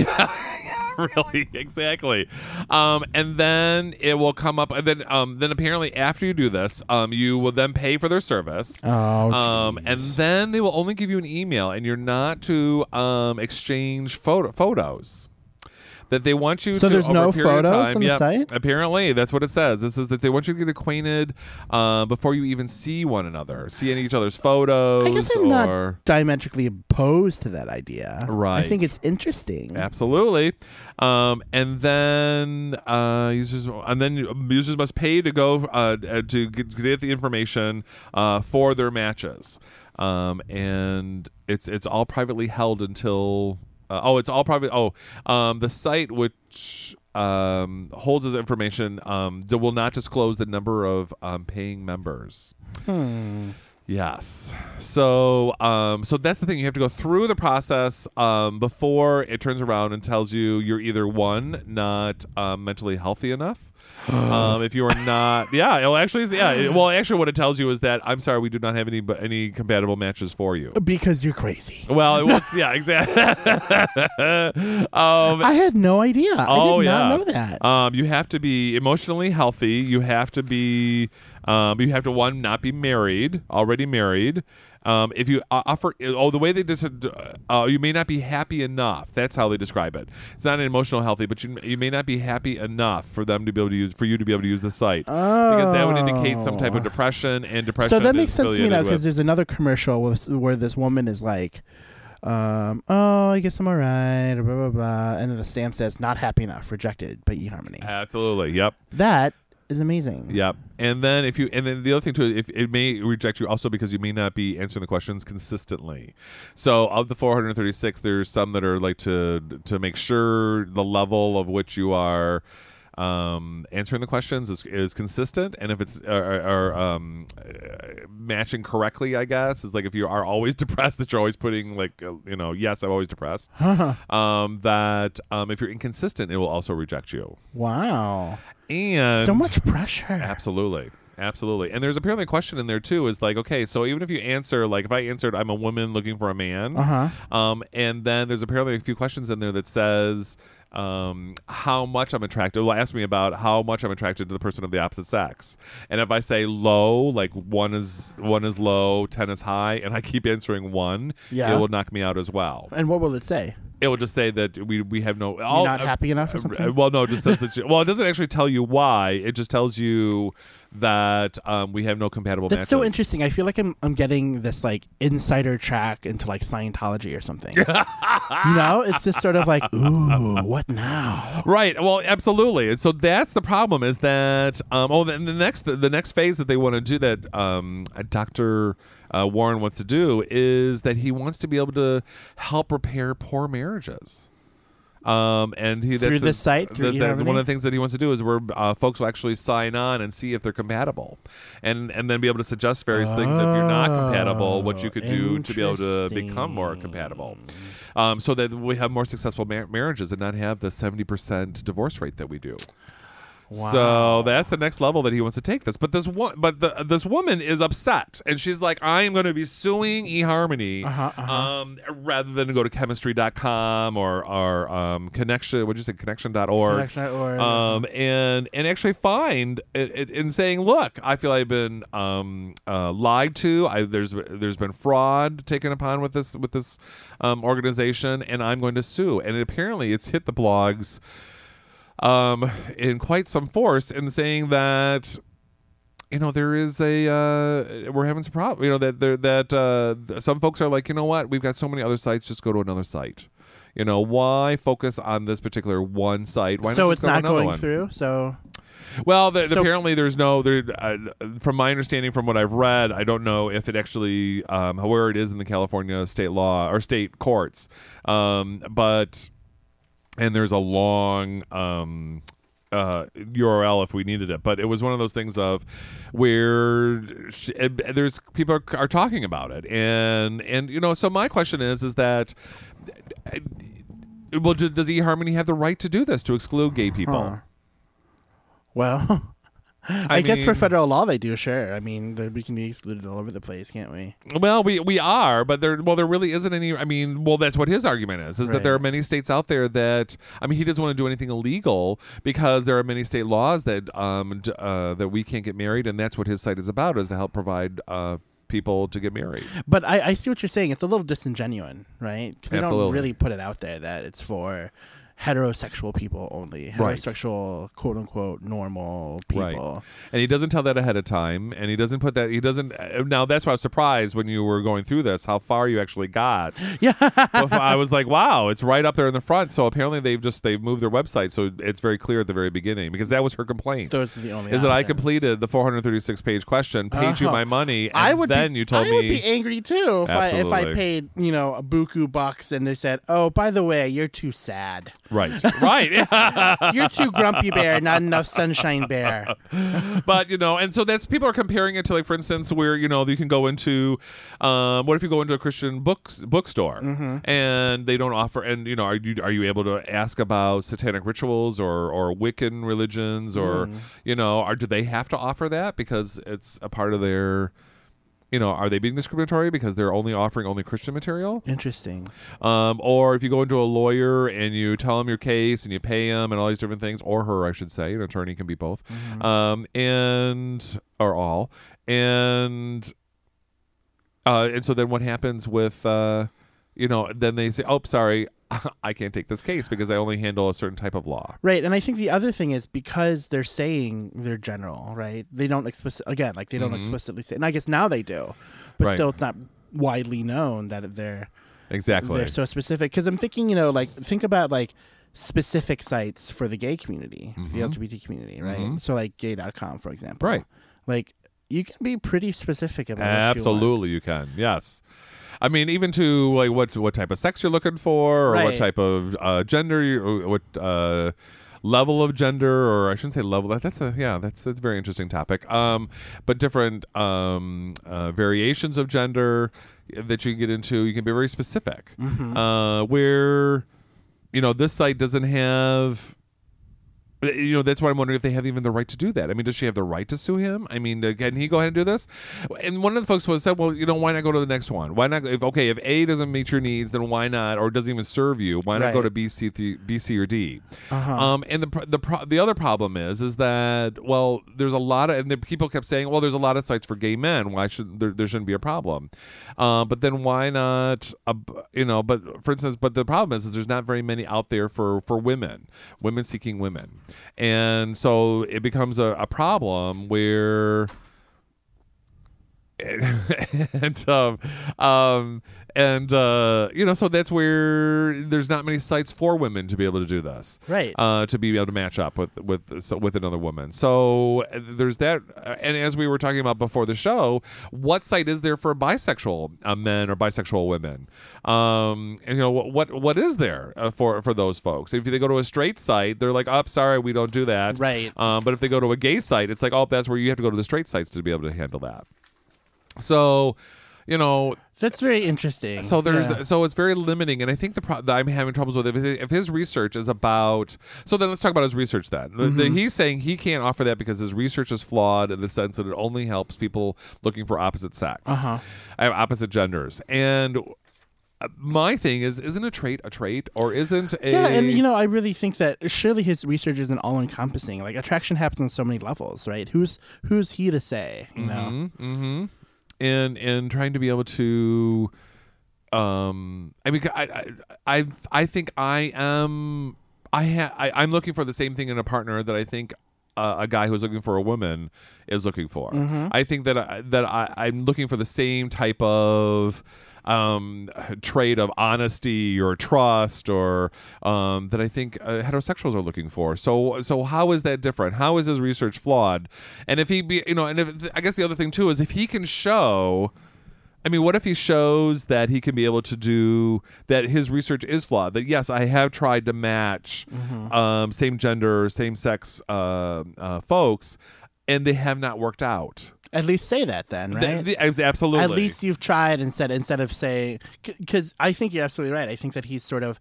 Yeah, really, exactly. Um, and then it will come up, and then um, then apparently after you do this, um, you will then pay for their service.
Oh,
um, and then they will only give you an email, and you're not to um, exchange photo photos. That they want you
So
to
there's
over
no
a period of
photos
time,
on the
yeah,
site?
Apparently, that's what it says. This is that they want you to get acquainted uh, before you even see one another, see any each other's photos.
I guess
or...
I'm not diametrically opposed to that idea. I
Right.
think it's interesting.
Absolutely. Um, and then uh, users and then users must pay to go uh, uh, to get, get the information uh, for their matches. Um, and it's it's all privately held until uh, oh it's all private oh um, the site which um, holds this information um, that will not disclose the number of um, paying members. Yes. So, um, so that's the thing. You have to go through the process um, before it turns around and tells you you're either one, not um, mentally healthy enough. um, if you are not, yeah, it'll actually, yeah, it- well, actually, what it tells you is that I'm sorry, we do not have any any compatible matches for you.
Because you're crazy.
Well, it was, yeah, exactly. um,
I had no idea. I
Oh
did
yeah,
not know that.
Um, you have to be emotionally healthy. You have to be, um, you have to one not be married, already married. Um, if you o- offer, oh, the way they just, uh, you may not be happy enough. That's how they describe it. It's not an emotional healthy, but you you may not be happy enough for them to be able to use for you to be able to use the site because that would indicate some type of depression and depression.
Oh. so that
is
makes sense to me now
affiliated
because
with-
there's another commercial with, where this woman is like, um, "Oh, I guess I'm alright," blah blah blah, and then the stamp says "Not happy enough, rejected by eHarmony."
absolutely, yep.
that is amazing.
Yep. And then if you and then the other thing too, if it may reject you also because you may not be answering the questions consistently. So of the 436, there's some that are like to to make sure the level of which you are um answering the questions is, is consistent and if it's are, are um uh, matching correctly i guess is like if you are always depressed that you're always putting like uh, you know yes i'm always depressed um that um if you're inconsistent it will also reject you
Wow,
and
so much pressure.
Absolutely. Absolutely. And there's apparently a question in there too is like, okay, so even if you answer, like if I answered, I'm a woman looking for a man,
Uh-huh.
um, and then there's apparently a few questions in there that says, um, how much I'm attracted. It'll ask me about how much I'm attracted to the person of the opposite sex. And if I say low, like one is one is low, ten is high, and I keep answering one,
Yeah.
it will knock me out as well.
And what will it say?
It will just say that we we have no all,
not happy enough or
uh,
something?
Well, no, it just says that. You, well, it doesn't actually tell you why. It just tells you that um, we have no compatible.
That's so
matches.
interesting. I feel like I'm I'm getting this like insider track into like Scientology or something. you know, it's just sort of like, ooh, what now?
Right. Well, absolutely. And so that's the problem is that um, oh, then the next the, next phase that they want to do that um, Doctor uh, Warren wants to do is that he wants to be able to help repair poor marriages. Um, and he
Through
that's
this site, through
that- that-
eHarmony?
one of the things that he wants to do is where uh, folks will actually sign on and see if they're compatible, and and then be able to suggest various things if you're not compatible, what you could do to be able to become more compatible, um, so that we have more successful mar- marriages and not have the seventy percent divorce rate that we do. So that's the next level that he wants to take this. But this one, but the, this woman is upset, and she's like, "I am going to be suing eHarmony Um, rather than go to chemistry.com or or um, connection. What'd you say? Connection.org.
Connection.org.
Um, and and actually find it, it, in saying, look, I feel I've been um, uh, lied to. I, there's there's been fraud taken upon with this with this um, organization, and I'm going to sue. And it, apparently, it's hit the blogs um, in quite some force in saying that you know there is a uh, we're having some problem. You know that there that uh, th- some folks are like, you know what, we've got so many other sites, just go to another site. You know why focus on this particular one site? Why
so
not just
it's
go to
not
another
going
one?
through. So
Well, the,
So-
apparently there's no there. Uh, from my understanding, from what I've read, I don't know if it actually um, where it is in the California state law or state courts, um, but and there's a long um, uh, URL if we needed it. But it was one of those things of where sh- eh, there's people are, are talking about it, and and you know. So my question is, is that. eh, Well, d- does eHarmony have the right to do this to exclude gay people?
Well, I, guess for
mean-
federal law they do. Sure. I mean, the, we can be excluded all over the place, can't we?
Well, we we are, but there well there really isn't any. I mean, well that's what his argument is: is that
Right.
there are many states out there that I mean he doesn't want to do anything illegal because there are many state laws that um d- uh, that we can't get married, and that's what his site is about is to help provide uh people to get married.
But I, I see what you're saying. It's a little disingenuous, right? 'Cause They
Absolutely.
don't really put it out there that it's for heterosexual people only.
Right.
Heterosexual, quote unquote, normal
Right.
people.
And he doesn't tell that ahead of time, and he doesn't put that. He doesn't. uh, Now that's why I was surprised when you were going through this how far you actually got. Yeah, I was like, wow, it's right up there in the front. So apparently they've just they've moved their website, so it's very clear at the very beginning because that was her complaint.
Those are the only
is that I
options.
completed the 436 page question, paid you
Oh.
my money, and
I would
then
be,
you told
I
me
would be angry too if I, if I
Absolutely.
paid you know a buku bucks and they said, oh, by the way, you're too sad.
right, right.
You're too grumpy bear, not enough sunshine bear.
but you know, and so that's people are comparing it to like, for instance, where you know you can go into, um, what if you go into a Christian books bookstore
Mm-hmm.
and they don't offer, and you know, are you are you able to ask about satanic rituals or or Wiccan religions or
Mm.
you know, are do they have to offer that because it's a part of their. You know, are they being discriminatory because they're only offering only Christian material?
Interesting.
Um, or if you go into a lawyer and you tell him your case and you pay him and all these different things, or her, I should say, an attorney can be both,
Mm-hmm.
um, and or all, and uh, and so then what happens with uh, you know? Then they say, "Oh, sorry, I can't take this case because I only handle a certain type of law."
Right, and I think the other thing is because they're saying they're general, right? They don't explicit again, like they don't explicitly say, and I guess now they do, but
Mm-hmm. Right.
still, it's not widely known that they're
Exactly.
they're so specific. Because I'm thinking, you know, like think about like specific sites for the gay community, for the LGBT community, right? So like gay.com, for example,
Mm-hmm. Right.
Like you can be pretty specific about what you want.
Absolutely, you, can. Yes, I mean even to like what what type of sex you're looking for, or what
Right.
type of uh, gender, you- or what uh, level of gender, or I shouldn't say level. That, that's a yeah, that's that's a very interesting topic. Um, but different um, uh, variations of gender that you can get into. You can be very specific.
Mm-hmm.
Uh, where you know this site doesn't have eh, you know that's why i'm wondering if they have even the right to do that i mean does she have the right to sue him i mean uh, can he go ahead and do this and one of the folks was said well you know why not go to the next one why not if okay if a doesn't meet your needs then why not or doesn't even serve you why not go
Right.
to b c th- b c or d um, and the pro- the pro- the other problem is is that well there's a lot of and the people kept saying well there's a lot of sites for gay men why should there, there shouldn't be a problem uh, but then why not a b you know but for instance but the problem is, is there's not very many out there for for women women seeking women and so it becomes a, a problem where and um, um and uh you know so that's where there's not many sites for women to be able to do this
Right.
uh to be able to match up with with so, with another woman so uh, there's that uh, and as we were talking about before the show what site is there for bisexual uh, men or bisexual women um and you know what what, what is there uh, for for those folks if they go to a straight site they're like oh sorry we don't do that
Right.
um, but if they go to a gay site it's like oh that's where you have to go to the straight sites to be able to handle that so, you know,
That's very interesting.
so there's
Yeah.
so it's very limiting, and I think the pro- that I'm having troubles with if, his- if his research is about. So then let's talk about his research. Then The- the-
Mm-hmm.
he's saying he can't offer that because his research is flawed in the sense that it only helps people looking for opposite sex,
Uh-huh.
uh opposite genders, and. uh, My thing is, isn't a trait a trait, or isn't a
Yeah, and you know, I really think that surely his research isn't all encompassing. Like attraction happens on so many levels, right? Who's who's he to say? You
Mm-hmm.
know,
and and trying to be able to um i mean i i i, I think i am i ha I, i'm looking for the same thing in a partner that i think uh, a guy who's looking for a woman is looking for. I think that I, that I, I'm looking for the same type of um, trait of honesty or trust or um, that I think uh, heterosexuals are looking for. So so how is that different? How is his research flawed? And if he be you know and if I guess the other thing too is if he can show I mean, what if he shows that he can be able to do that? His research is flawed. That yes, I have tried to match
Mm-hmm.
um, same gender, same sex uh, uh, folks, and they have not worked out.
At least say that then, right?
Th- th- absolutely.
At least you've tried and said instead of say because I think you're absolutely right. I think that he's sort of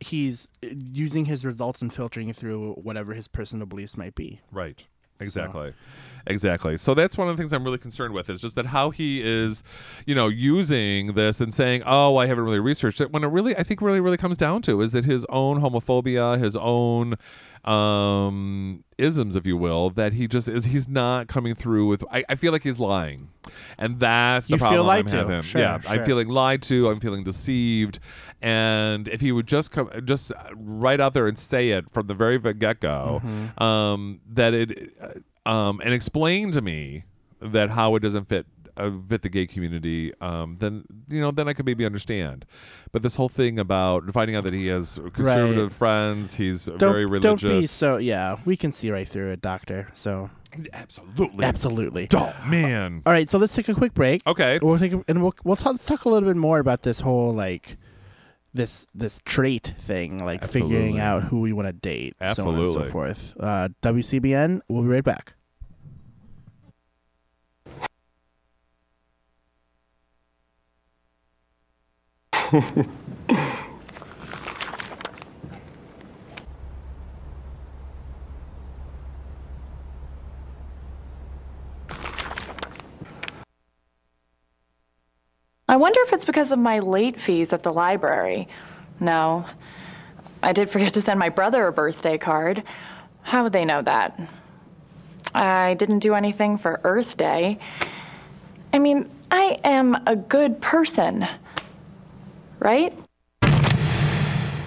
he's uh, using his results and filtering it through whatever his personal beliefs might be.
Right. Exactly. Exactly. So that's one of the things I'm really concerned with is just that how he is, you know, using this and saying, "Oh, I haven't really researched it." When it really I think really really comes down to is that his own homophobia, his own um isms if you will that he just is he's not coming through with i, I feel like he's lying and that's the
You feel
problem
lied
I'm
to.
having.
Sure,
yeah i'm
sure.
feeling lied to i'm feeling deceived and if he would just come just right out there and say it from the very get-go
Mm-hmm.
um that it um and explain to me that how it doesn't fit uh, fit the gay community um then you know then i could maybe understand but this whole thing about finding out that he has conservative friends he's
Don't,
very
don't
religious
be so yeah. We can see right through it, doctor. So
absolutely
absolutely.
Oh man.
All right, so let's take a quick break.
Okay.
We'll take a, and we'll we'll talk, let's talk a little bit more about this whole like this this trait thing, like figuring
Absolutely.
out who we want to date, so on and
Absolutely.
so forth. Uh, WCBN. We'll be right back.
I wonder if it's because of my late fees at the library. No. I did forget to send my brother a birthday card. How would they know that? I didn't do anything for Earth Day. I mean, I am a good person, right?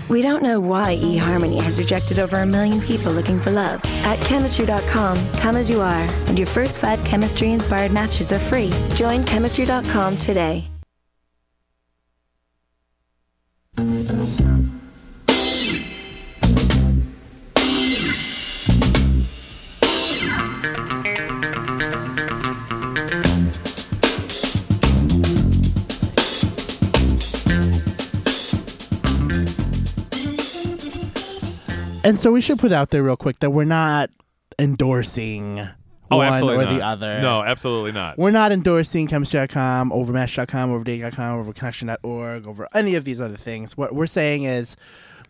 We don't know why eHarmony has rejected over a million people looking for love. At chemistry.com, come as you are, and your first five chemistry inspired matches are free. Join chemistry.com today.
And so we should put out there real quick that we're not endorsing
Oh,
one or
absolutely not.
the other.
No, absolutely not.
We're not endorsing chemistry.com, overmatch.com, overdate.com, overconnection.org, over any of these other things. What we're saying is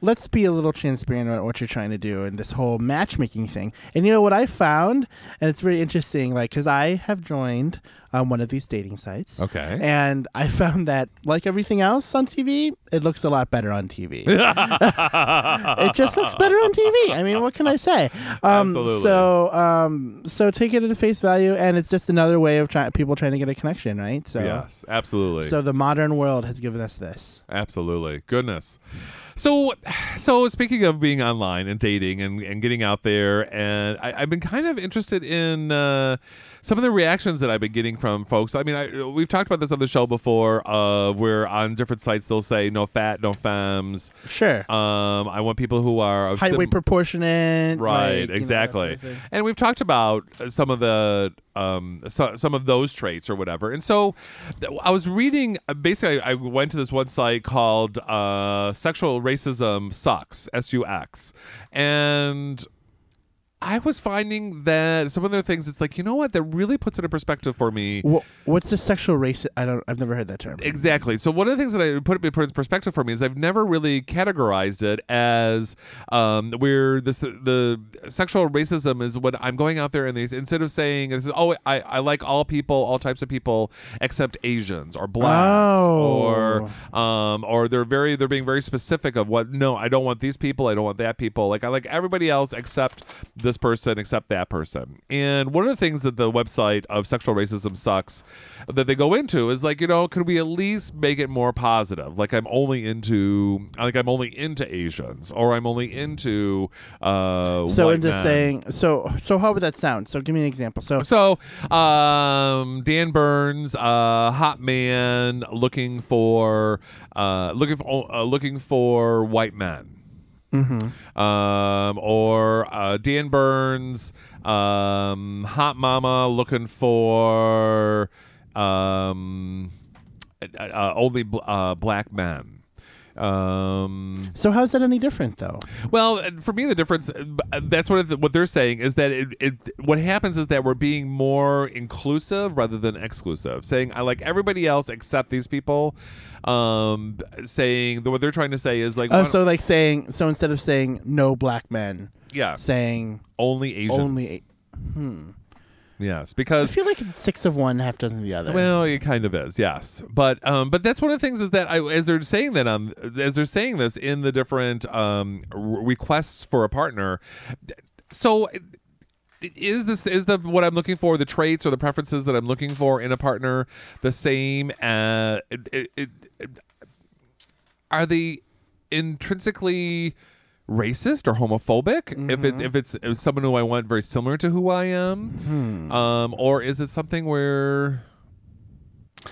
let's be a little transparent about what you're trying to do and this whole matchmaking thing. And you know what I found? And it's very interesting, like, because I have joined um, one of these dating sites.
Okay.
And I found that, like everything else on TV, it looks a lot better on TV. it just looks better on TV. I mean, what can I say? Um,
Absolutely.
So, um, so take it at the face value, and it's just another way of try- people trying to get a connection, right? So,
Yes, absolutely.
so the modern world has given us this.
absolutely. Goodness. So, so speaking of being online and dating and, and getting out there, and I, I've been kind of interested in uh, some of the reactions that I've been getting from folks. I mean, I, we've talked about this on the show before, uh, where on different sites they'll say no fat, no femmes.
Sure.
Um, I want people who are of
Height,
sim-
weight proportionate.
right
like, you know, that
exactly
sort of thing.
and we've talked about uh, some of the um so, some of those traits or whatever and so th- i was reading uh, basically i I went to this one site called uh sexual racism sucks s-u-x and i was finding that some of the things it's like you know what that really puts it in perspective for me
Wha- what's the sexual race? I don't. I've never heard that term.
Exactly. So one of the things that I put it put in perspective for me is I've never really categorized it as um, where this the, sexual racism is when I'm going out there and these instead of saying this is oh I, I like all people all types of people except Asians or blacks
Oh.
or um, or they're very they're being very specific of what no I don't want these people I don't want that people like I like everybody else except this this person except that person. And one of the things that the website of sexual racism sucks that they go into is like, you know, could we at least make it more positive? Like I'm only into like I'm only into Asians or I'm only into uh
So
white
I'm just
men.
saying. So so how would that sound? So give me an example. So
So, um, Dan Burns, uh, hot man, looking for uh, looking for uh, looking for white men. Um, or uh, Dan Burns, um, hot mama, looking for um, uh, uh, only bl- uh, black men. Um,
so how's that any different though?
well, uh, for me, the difference uh, b- uh, that's what it, what they're saying is that it, it what happens is that we're being more inclusive rather than exclusive, saying I like everybody else except these people. Um, b- saying what they're trying to say is like,
Oh,
why
so like saying so instead of saying no black men,
don't- yeah,
saying
only Asians,
only. eight.
yes,
I
because
feel like it's six of one, half dozen of the other.
Well, it kind of is, yes. But um, but that's one of the things is that I, as they're saying that um, as they're saying this in the different um re- requests for a partner, th- so. Is this is the what I'm looking for the traits or the preferences that I'm looking for in a partner the same? Uh, it, it, it, are they intrinsically racist or homophobic if
Mm-hmm.
it's if it's if someone who i want very similar to who i am
Hmm.
um or is it something where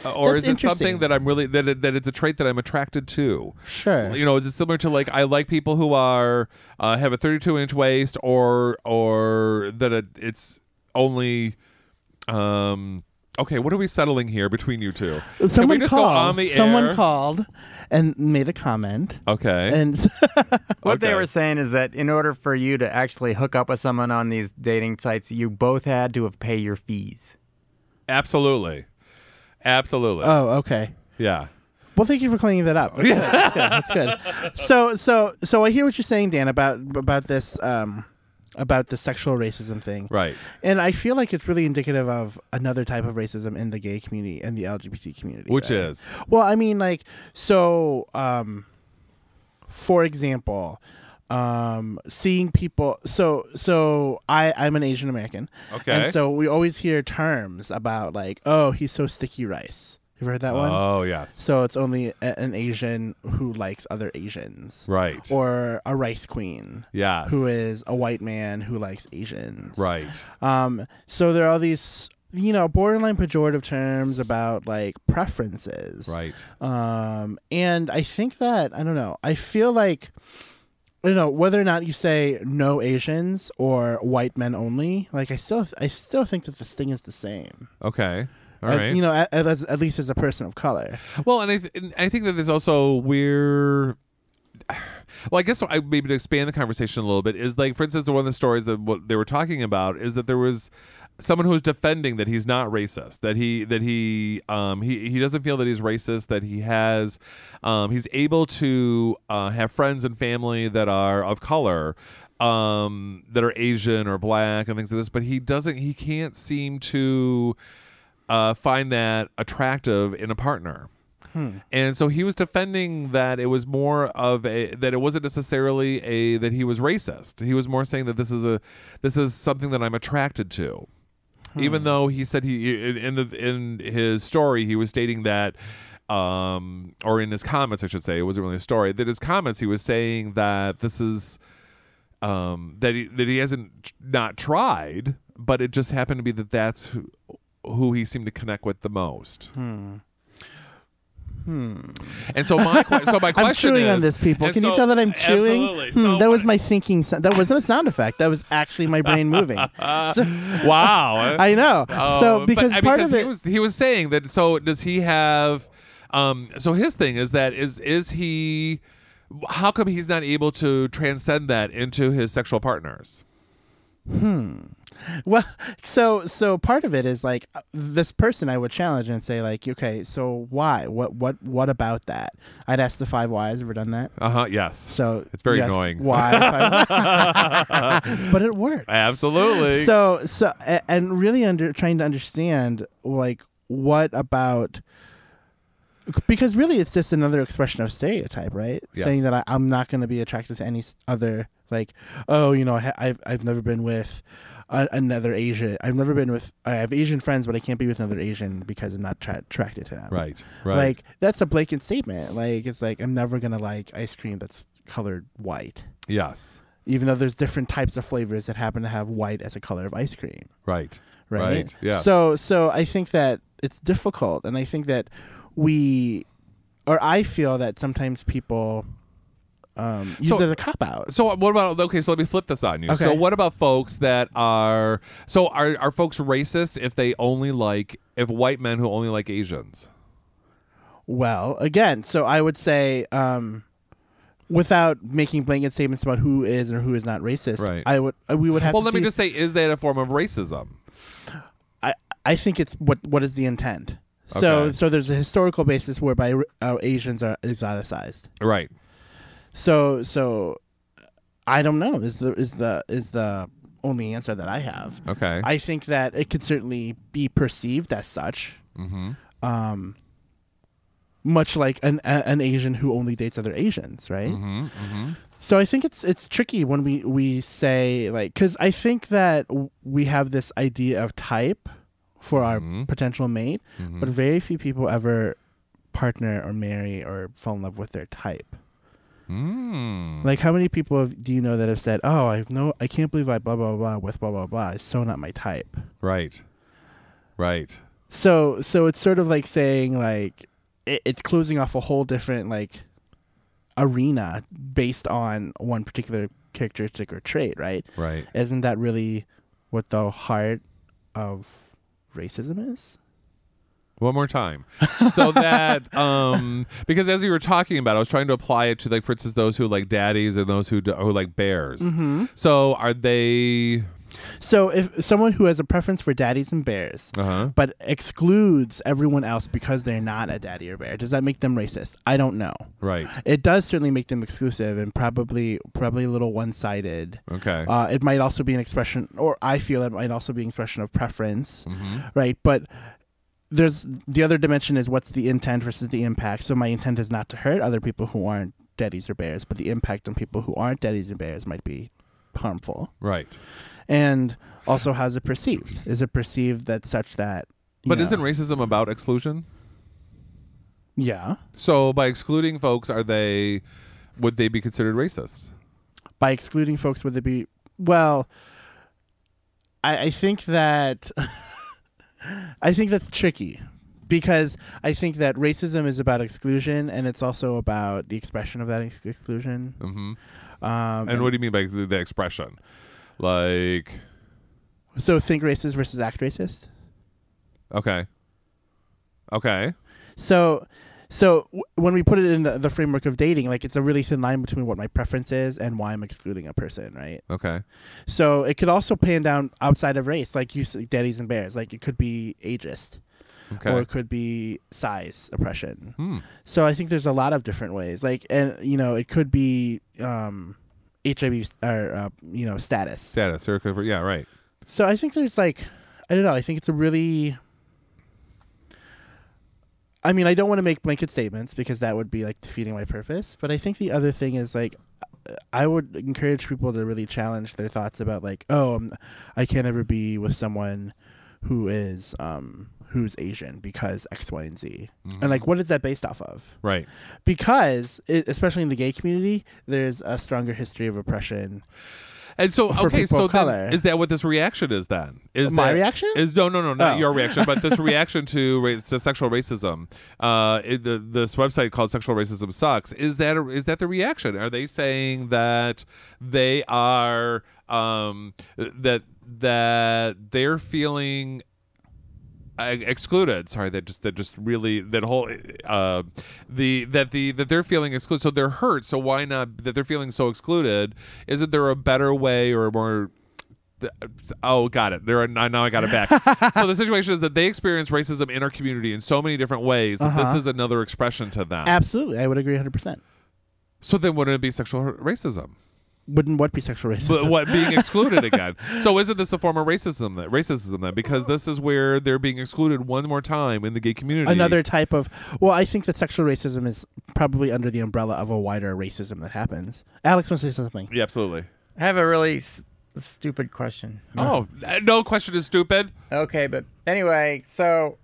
uh, or
That's
is it something
interesting.
that i'm really that, it, that it's a trait that i'm attracted to
Sure.
you know is it similar to like i like people who are uh have a 32 inch waist or or that it, it's only um okay what are we settling here between you two Can we
someone
just go
called.
on the
someone
air?
called and made a comment.
okay
And
What
Okay.
they were saying is that in order for you to actually hook up with someone on these dating sites, you both had to have pay your fees.
Absolutely. Absolutely.
oh, okay.
yeah.
Well, thank you for cleaning that up. That's, good. That's good. That's good. So, so, so I hear what you're saying, Dan, about about this, um, about the sexual racism thing,
Right.
And I feel like it's really indicative of another type of racism in the gay community and the LGBT community,
Which
right?
is
Well, I mean, like, so, um, for example, um, seeing people. So, so I I'm an Asian American.
Okay.
And so we always hear terms about like, oh, he's so sticky rice. You've heard that one?
Oh yes.
So it's only a- an Asian who likes other Asians,
Right.
Or a rice queen,
Yes.
who is a white man who likes Asians,
Right.
um, so there are all these, you know, borderline pejorative terms about like preferences.
Right.
Um, and I think that, I don't know, I feel like, you know, whether or not you say no Asians or white men only, like I still, I still think that the sting is the same.
Okay. All
As-
right.
You know, at, as, at least as a person of color.
well, and I th- and I think that there's also we're well, I guess I, maybe to expand the conversation a little bit is like, for instance, one of the stories that what they were talking about is that there was someone who was defending that he's not racist, that he that he um, he he doesn't feel that he's racist, that he has um, he's able to uh, have friends and family that are of color. Um, that are Asian or black and things like this, but he doesn't, he can't seem to uh, find that attractive in a partner. And so he was defending that it was more of a that it wasn't necessarily a that he was racist. He was more saying that this is a this is something that I'm attracted to.
Hmm.
Even though he said he in- in the in his story he was stating that um or in his comments I should say it wasn't really a story that his comments he was saying that this is um that he that he hasn't tr- not tried but it just happened to be that that's who, who he seemed to connect with the most.
Hmm.
And so my que- so my
I'm
question
chewing
is
on this, people.
and
Can you
so-
tell that I'm chewing?
Absolutely.
Hmm,
So
that was
my
my thinking. sou- That wasn't a sound effect. That was actually my brain moving. So-
wow.
I know.
Oh,
so
but-
because
I-
part of
he
it,
was he was saying that. So does he have? Um, so his thing is that is is he? How come he's not able to transcend that into his sexual partners?
well, so so part of it is like uh, this person I would challenge and say like, okay, so why? What what what about that? I'd ask the five whys. Ever done that?
Uh huh. Yes.
So
it's very
you ask
annoying.
Why? five- but it works.
Absolutely.
So so a- and really under trying to understand like what about because really it's just another expression of stereotype, right?
Yes.
Saying that I, I'm not going to be attracted to any s- other like oh you know I ha- I've I've never been with a- another Asian. I've never been with I have Asian friends, but I can't be with another Asian because I'm not tra- attracted to them.
Right, right.
Like that's a blatant statement. Like it's like I'm never gonna like ice cream that's colored white,
Yes.
even though there's different types of flavors that happen to have white as a color of ice cream
Right.
right?
Yeah.
So so I think that it's difficult, and I think that we, or I feel that sometimes people um, use
So-
it as a cop out.
So what about okay? So let me flip this on you.
Okay.
So what about folks that are so are are folks racist if they only like if white men who only like Asians?
Well, again, so I would say. Um, Without making blanket statements about who is or who is not racist,
Right.
I would I- we would have.
Well,
to
let me
see-
just say, is that a form of racism?
I I think it's what what is the intent. So
Okay.
so there's a historical basis whereby uh, Asians are exoticized.
Right.
So so uh, I don't know is the is the is the only answer that I have.
Okay.
I think that it could certainly be perceived as such. Mm-hmm. Um, much like an a, an Asian who only dates other Asians, right? Mm-hmm, So I think it's it's tricky when we we say like because I think that w- we have this idea of type for our potential mate, but very few people ever partner or marry or fall in love with their type. Like, how many people have, do you know that have said, "Oh, I have no, I can't believe I blah blah blah with blah blah blah. It's so not my type."
right. Right.
So, so it's sort of like saying like it, it's closing off a whole different like arena based on one particular characteristic or trait, right?
Right.
Isn't that really what the heart of racism is?
One more time. So that um because as you were talking about, I was trying to apply it to like for instance those who like daddies and those who do, who like bears.
Mm-hmm.
So are they
So, if someone who has a preference for daddies and bears,
Uh-huh.
but excludes everyone else because they're not a daddy or bear, does that make them racist? I don't know.
right?
It does certainly make them exclusive and probably probably a little one sided.
Okay.
Uh, it might also be an expression, or I feel it might also be an expression of preference,
Mm-hmm.
right? But there's the other dimension is what's the intent versus the impact. So my intent is not to hurt other people who aren't daddies or bears, but the impact on people who aren't daddies and bears might be harmful.
right.
And also, how's it perceived? Is it perceived that such that? you
But
know-
isn't racism about exclusion?
yeah
So by excluding folks, are they would they be considered racist?
by excluding folks would it be well i, I think that i think that's tricky because i think that racism is about exclusion and it's also about the expression of that ex- exclusion Um,
And what do you mean by the, the expression? Like
so think racist versus act racist
okay. Okay.
so so w- when we put it in the, the framework of dating like it's a really thin line between what my preference is and why i'm excluding a person right
Okay.
So it could also pan down outside of race, like you said, daddies and bears. Like it could be ageist,
Okay.
or it could be size oppression. So I think there's a lot of different ways. Like, and you know, it could be um, HIV s- or uh, you know status.
Status or cover- yeah, right.
So I think there's like, I don't know. I think it's a really. I mean, I don't want to make blanket statements because that would be like defeating my purpose. But I think the other thing is like, I would encourage people to really challenge their thoughts about like, oh, I'm, I can't ever be with someone who is um who's Asian because X, Y, and Z. And like, what is that based off of?
Right.
Because, it, especially in the gay community, there's a stronger history of oppression
And so,
For
okay,
people
so
of
then
color.
is that what this reaction is then? Is
My
that-
reaction?
Is no, no, no, not
Oh.
your reaction, but this reaction to race, to sexual racism. Uh, it, the, this website called "Sexual Racism Sucks." Is that a, is that the reaction? Are they saying that they are um, that that they're feeling uh, excluded. Sorry, that just that just really that whole uh, the that the that they're feeling excluded. So they're hurt. So why not that they're feeling so excluded? Isn't there a better way or a more th- Oh, got it. There are now. I got it back. so the situation is that they experience racism in our community in so many different ways that this is another expression to them.
Absolutely, I would agree 100. percent
so then, wouldn't it be sexual racism?
Wouldn't what be sexual racism?
But what being excluded again? So isn't this a form of racism? That racism then, because this is where they're being excluded one more time in the gay community.
another type of well i think that sexual racism is probably under the umbrella of a wider racism that happens alex wants to say something
Yeah, absolutely.
I have a really s- stupid question.
Oh, no question is stupid.
Okay, but anyway, so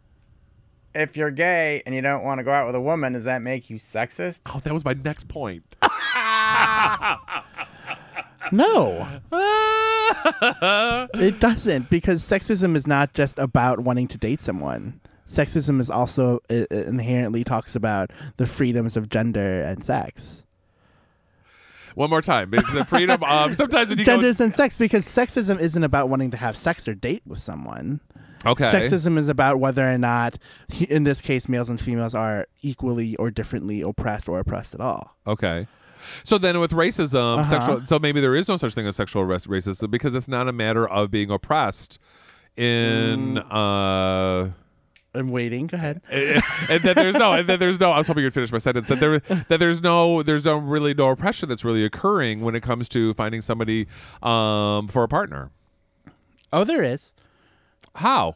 if you're gay and you don't want to go out with a woman, does that make you sexist?
Oh, that was my next point.
No,
oh,
it doesn't because sexism is not just about wanting to date someone. Sexism is also uh, uh, inherently talks about the freedoms of gender and sex.
One more time. It's the freedom of sometimes when you
Genders and sex because sexism isn't about wanting to have sex or date with someone.
go okay,
Sexism is about whether or not, he- in this case, males and females are equally or differently oppressed or oppressed at all.
okay. So then, with racism, sexual. So maybe there is no such thing as sexual ras- racism because it's not a matter of being oppressed. In uh,
I'm waiting. Go ahead.
and then there's no, and then there's no. I was hoping you'd finish my sentence. That there, that there's no, there's no really no oppression that's really occurring when it comes to finding somebody um for a partner.
Oh, there is.
How?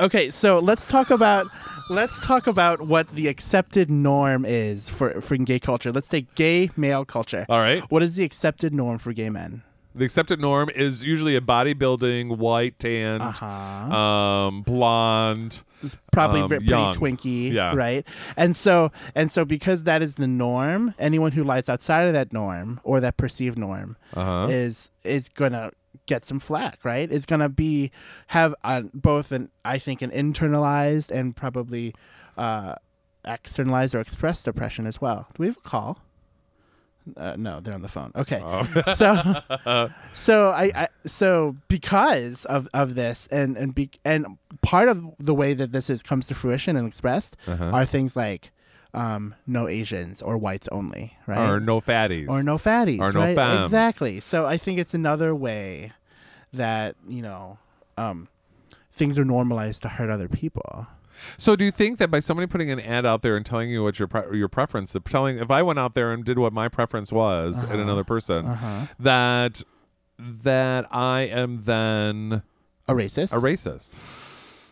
Okay, so let's talk about let's talk about what the accepted norm is for for gay culture. Let's take gay male culture.
All right.
What is the accepted norm for gay men?
The accepted norm is usually a bodybuilding, white, tanned,
Uh-huh.
um, blonde.
It's probably
Um,
ve- pretty
young.
twinky,
Yeah.
right? And so and so because that is the norm, anyone who lies outside of that norm or that perceived norm
Uh-huh.
is is gonna get some flack, right? Is gonna be have uh, both an I think an internalized and probably uh, externalized or expressed oppression as well. Do we have a call? Uh, no, they're on the phone. Okay,
Oh.
so so I, I so because of of this and and be, and part of the way that this is comes to fruition and expressed
Uh-huh.
are things like um, no Asians or whites only, right?
Or no fatties.
Or no fatties,
Or no
right?
femmes.
Exactly. So I think it's another way that you know um, things are normalized to hurt other people.
So do you think that by somebody putting an ad out there and telling you what your pre- your preference, if telling if I went out there and did what my preference was
Uh-huh.
at another person, that that I am then
A racist?
a racist?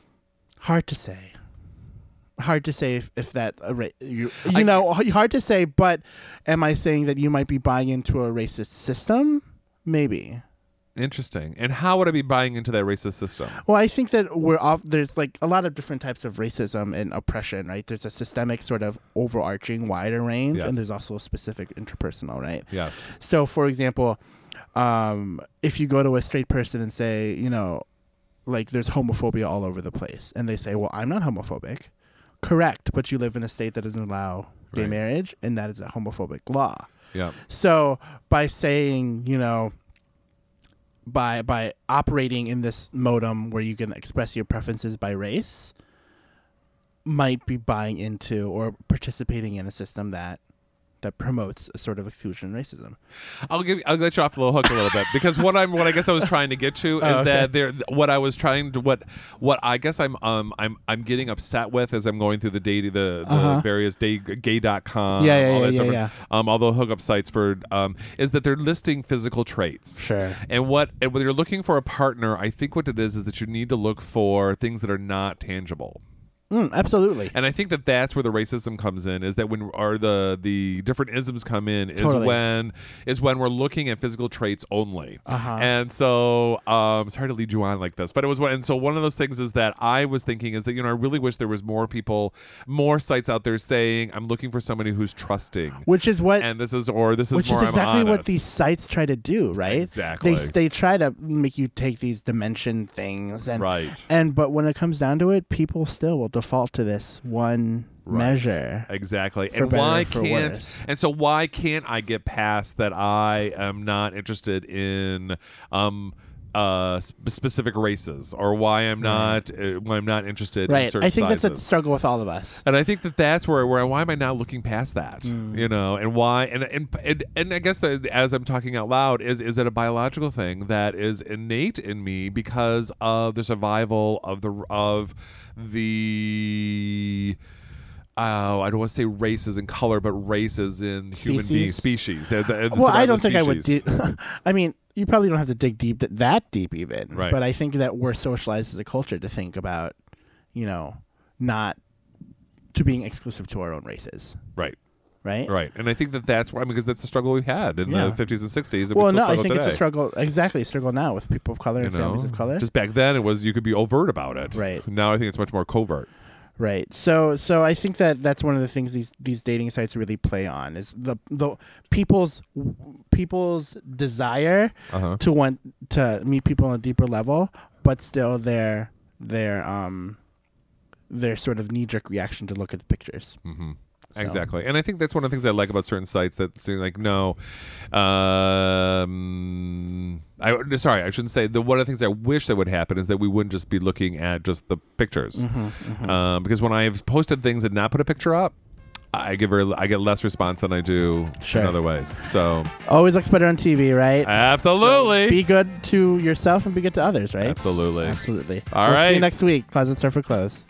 Hard to say. Hard to say if, if that a ra- you you know h- hard to say. But am I saying that you might be buying into a racist system? Maybe.
Interesting. And how would I be buying into that racist system?
Well, I think that we're off. There's like a lot of different types of racism and oppression, right? There's a systemic sort of overarching, wider range,
Yes.
and there's also a specific interpersonal, right?
Yes.
So, for example, um, if you go to a straight person and say, you know, like there's homophobia all over the place, and they say, well, I'm not homophobic, correct, but you live in a state that doesn't allow gay
Right.
marriage, and that is a homophobic law.
Yeah.
So by saying, you know, by by operating in this modem where you can express your preferences by race, might be buying into or participating in a system that that promotes a sort of exclusion racism.
I'll give I'll let you off the little hook a little bit because what I'm what I guess I was trying to get to
Oh,
is that there what I was trying to what what I guess I'm um I'm I'm getting upset with as I'm going through the dating the, the various day, gay.com
Uh-huh. Yeah, yeah,
all
yeah,
that
yeah,
stuff,
yeah.
um all the hookup sites for um is that they're listing physical traits
Sure.
and what and when you're looking for a partner I think what it is is that you need to look for things that are not tangible
Mm, absolutely.
and I think that that's where the racism comes in is that when are the the different isms come in is
Totally.
when is when we're looking at physical traits only.
Uh-huh.
And so um sorry to lead you on like this, but it was one and so one of those things is that I was thinking is that you know I really wish there was more people more sites out there saying I'm looking for somebody who's trusting.
Which is what
and this is or this is
which
more
is
I'm
exactly what
honest.
these sites try to do, right?
Exactly.
They they try to make you take these dimension things and
Right.
and but when it comes down to it, people still will default to this one
Right.
measure.
Exactly.
For
and
better
why
or for
can't
worse.
and so why can't I get past that I am not interested in um uh sp- specific races or why I'm not uh, why I'm not interested in
Right.
certain
I think that's a
sizes.
struggle with all of us.
and I think that that's where, where why am I not looking past that,
Mm.
you know, and why and and and, and I guess that as I'm talking out loud is is it a biological thing that is innate in me because of the survival of the of the oh I don't want to say races in color but races in human being
Species?
species. uh, the- the
well,
survival
I don't think I would.
species.
Do, I mean, you probably don't have to dig deep that deep even.
Right.
But I think that we're socialized as a culture to think about, you know, not to being exclusive to our own races.
right.
right?
Right. And I think that that's why, because that's the struggle we had in
Yeah.
the 50s and 60s. and we
Well,
still
no, I
struggle
think it's a
today.
struggle. Exactly, a struggle now with people of color
You
and families
know?
of color.
Just back then, it was you could be overt about it.
Right.
Now I think it's much more covert.
Right. So so I think that that's one of the things these these dating sites really play on is the the people's people's desire to want to meet people on a deeper level, but still their their um their sort of knee jerk reaction to look at the pictures.
Exactly. And I think that's one of the things I like about certain sites that seem like, no, um, I, sorry, I shouldn't say the, one of the things I wish that would happen is that we wouldn't just be looking at just the pictures.
Mm-hmm,
Uh, because when I've posted things and not put a picture up, I give her, I get less response than I do
Sure.
in other ways. So
Always looks better on TV, right?
absolutely.
Be good to yourself and be good to others, right?
absolutely.
Absolutely.
All
we'll See you
right.
next week. Closets are for clothes.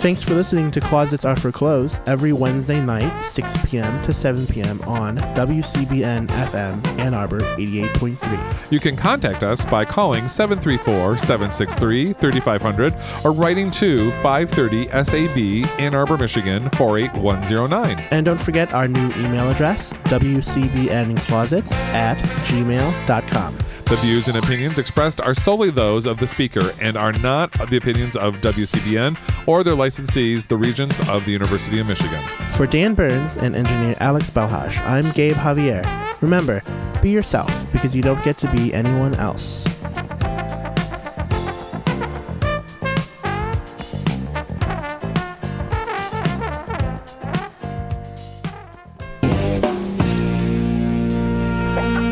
Thanks for listening to Closets Are for Clothes every Wednesday night, 6 p.m. to 7 p.m. on WCBN FM Ann Arbor 88.3.
You can contact us by calling 734 763 3500 or writing to 530 SAB, Ann Arbor, Michigan 48109.
And don't forget our new email address, WCBNclosets at gmail.com.
The views and opinions expressed are solely those of the speaker and are not the opinions of WCBN or their licensees, the regions of the University of Michigan.
For Dan Burns and engineer Alex Belhaj, I'm Gabe Javier. Remember, be yourself because you don't get to be anyone else.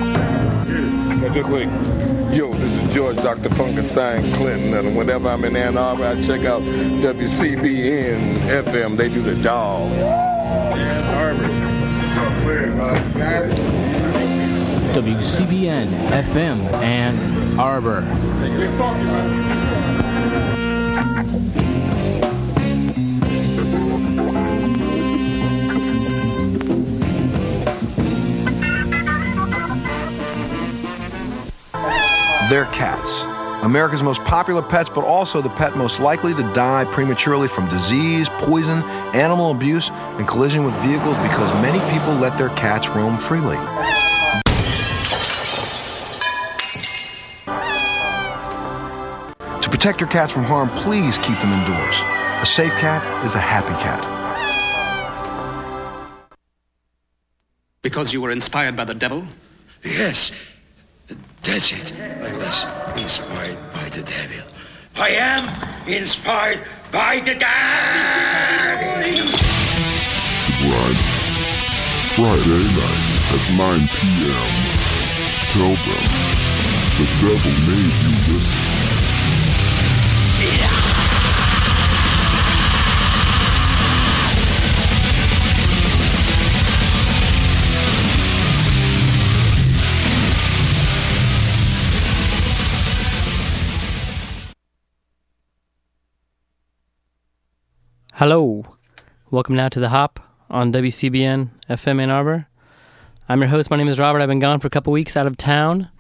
Hey, good week. Yo, this is George Dr. Funkenstein Clinton, and whenever I'm in Ann Arbor, I check out WCBN FM. They do the dog.
WCBN FM Ann Arbor.
They're cats. America's most popular pets, but also the pet most likely to die prematurely from disease, poison, animal abuse, and collision with vehicles because many people let their cats roam freely. To protect your cats from harm, please keep them indoors. A safe cat is a happy cat.
Because you were inspired by the devil? Yes. That's it. I was inspired by the devil. I am inspired by the devil!
Right. Friday night at 9 p.m. Tell them the devil made you listen.
Hello. Welcome now to The Hop on WCBN FM Ann Arbor. I'm your host. My name is Robert. I've been gone for a couple weeks out of town.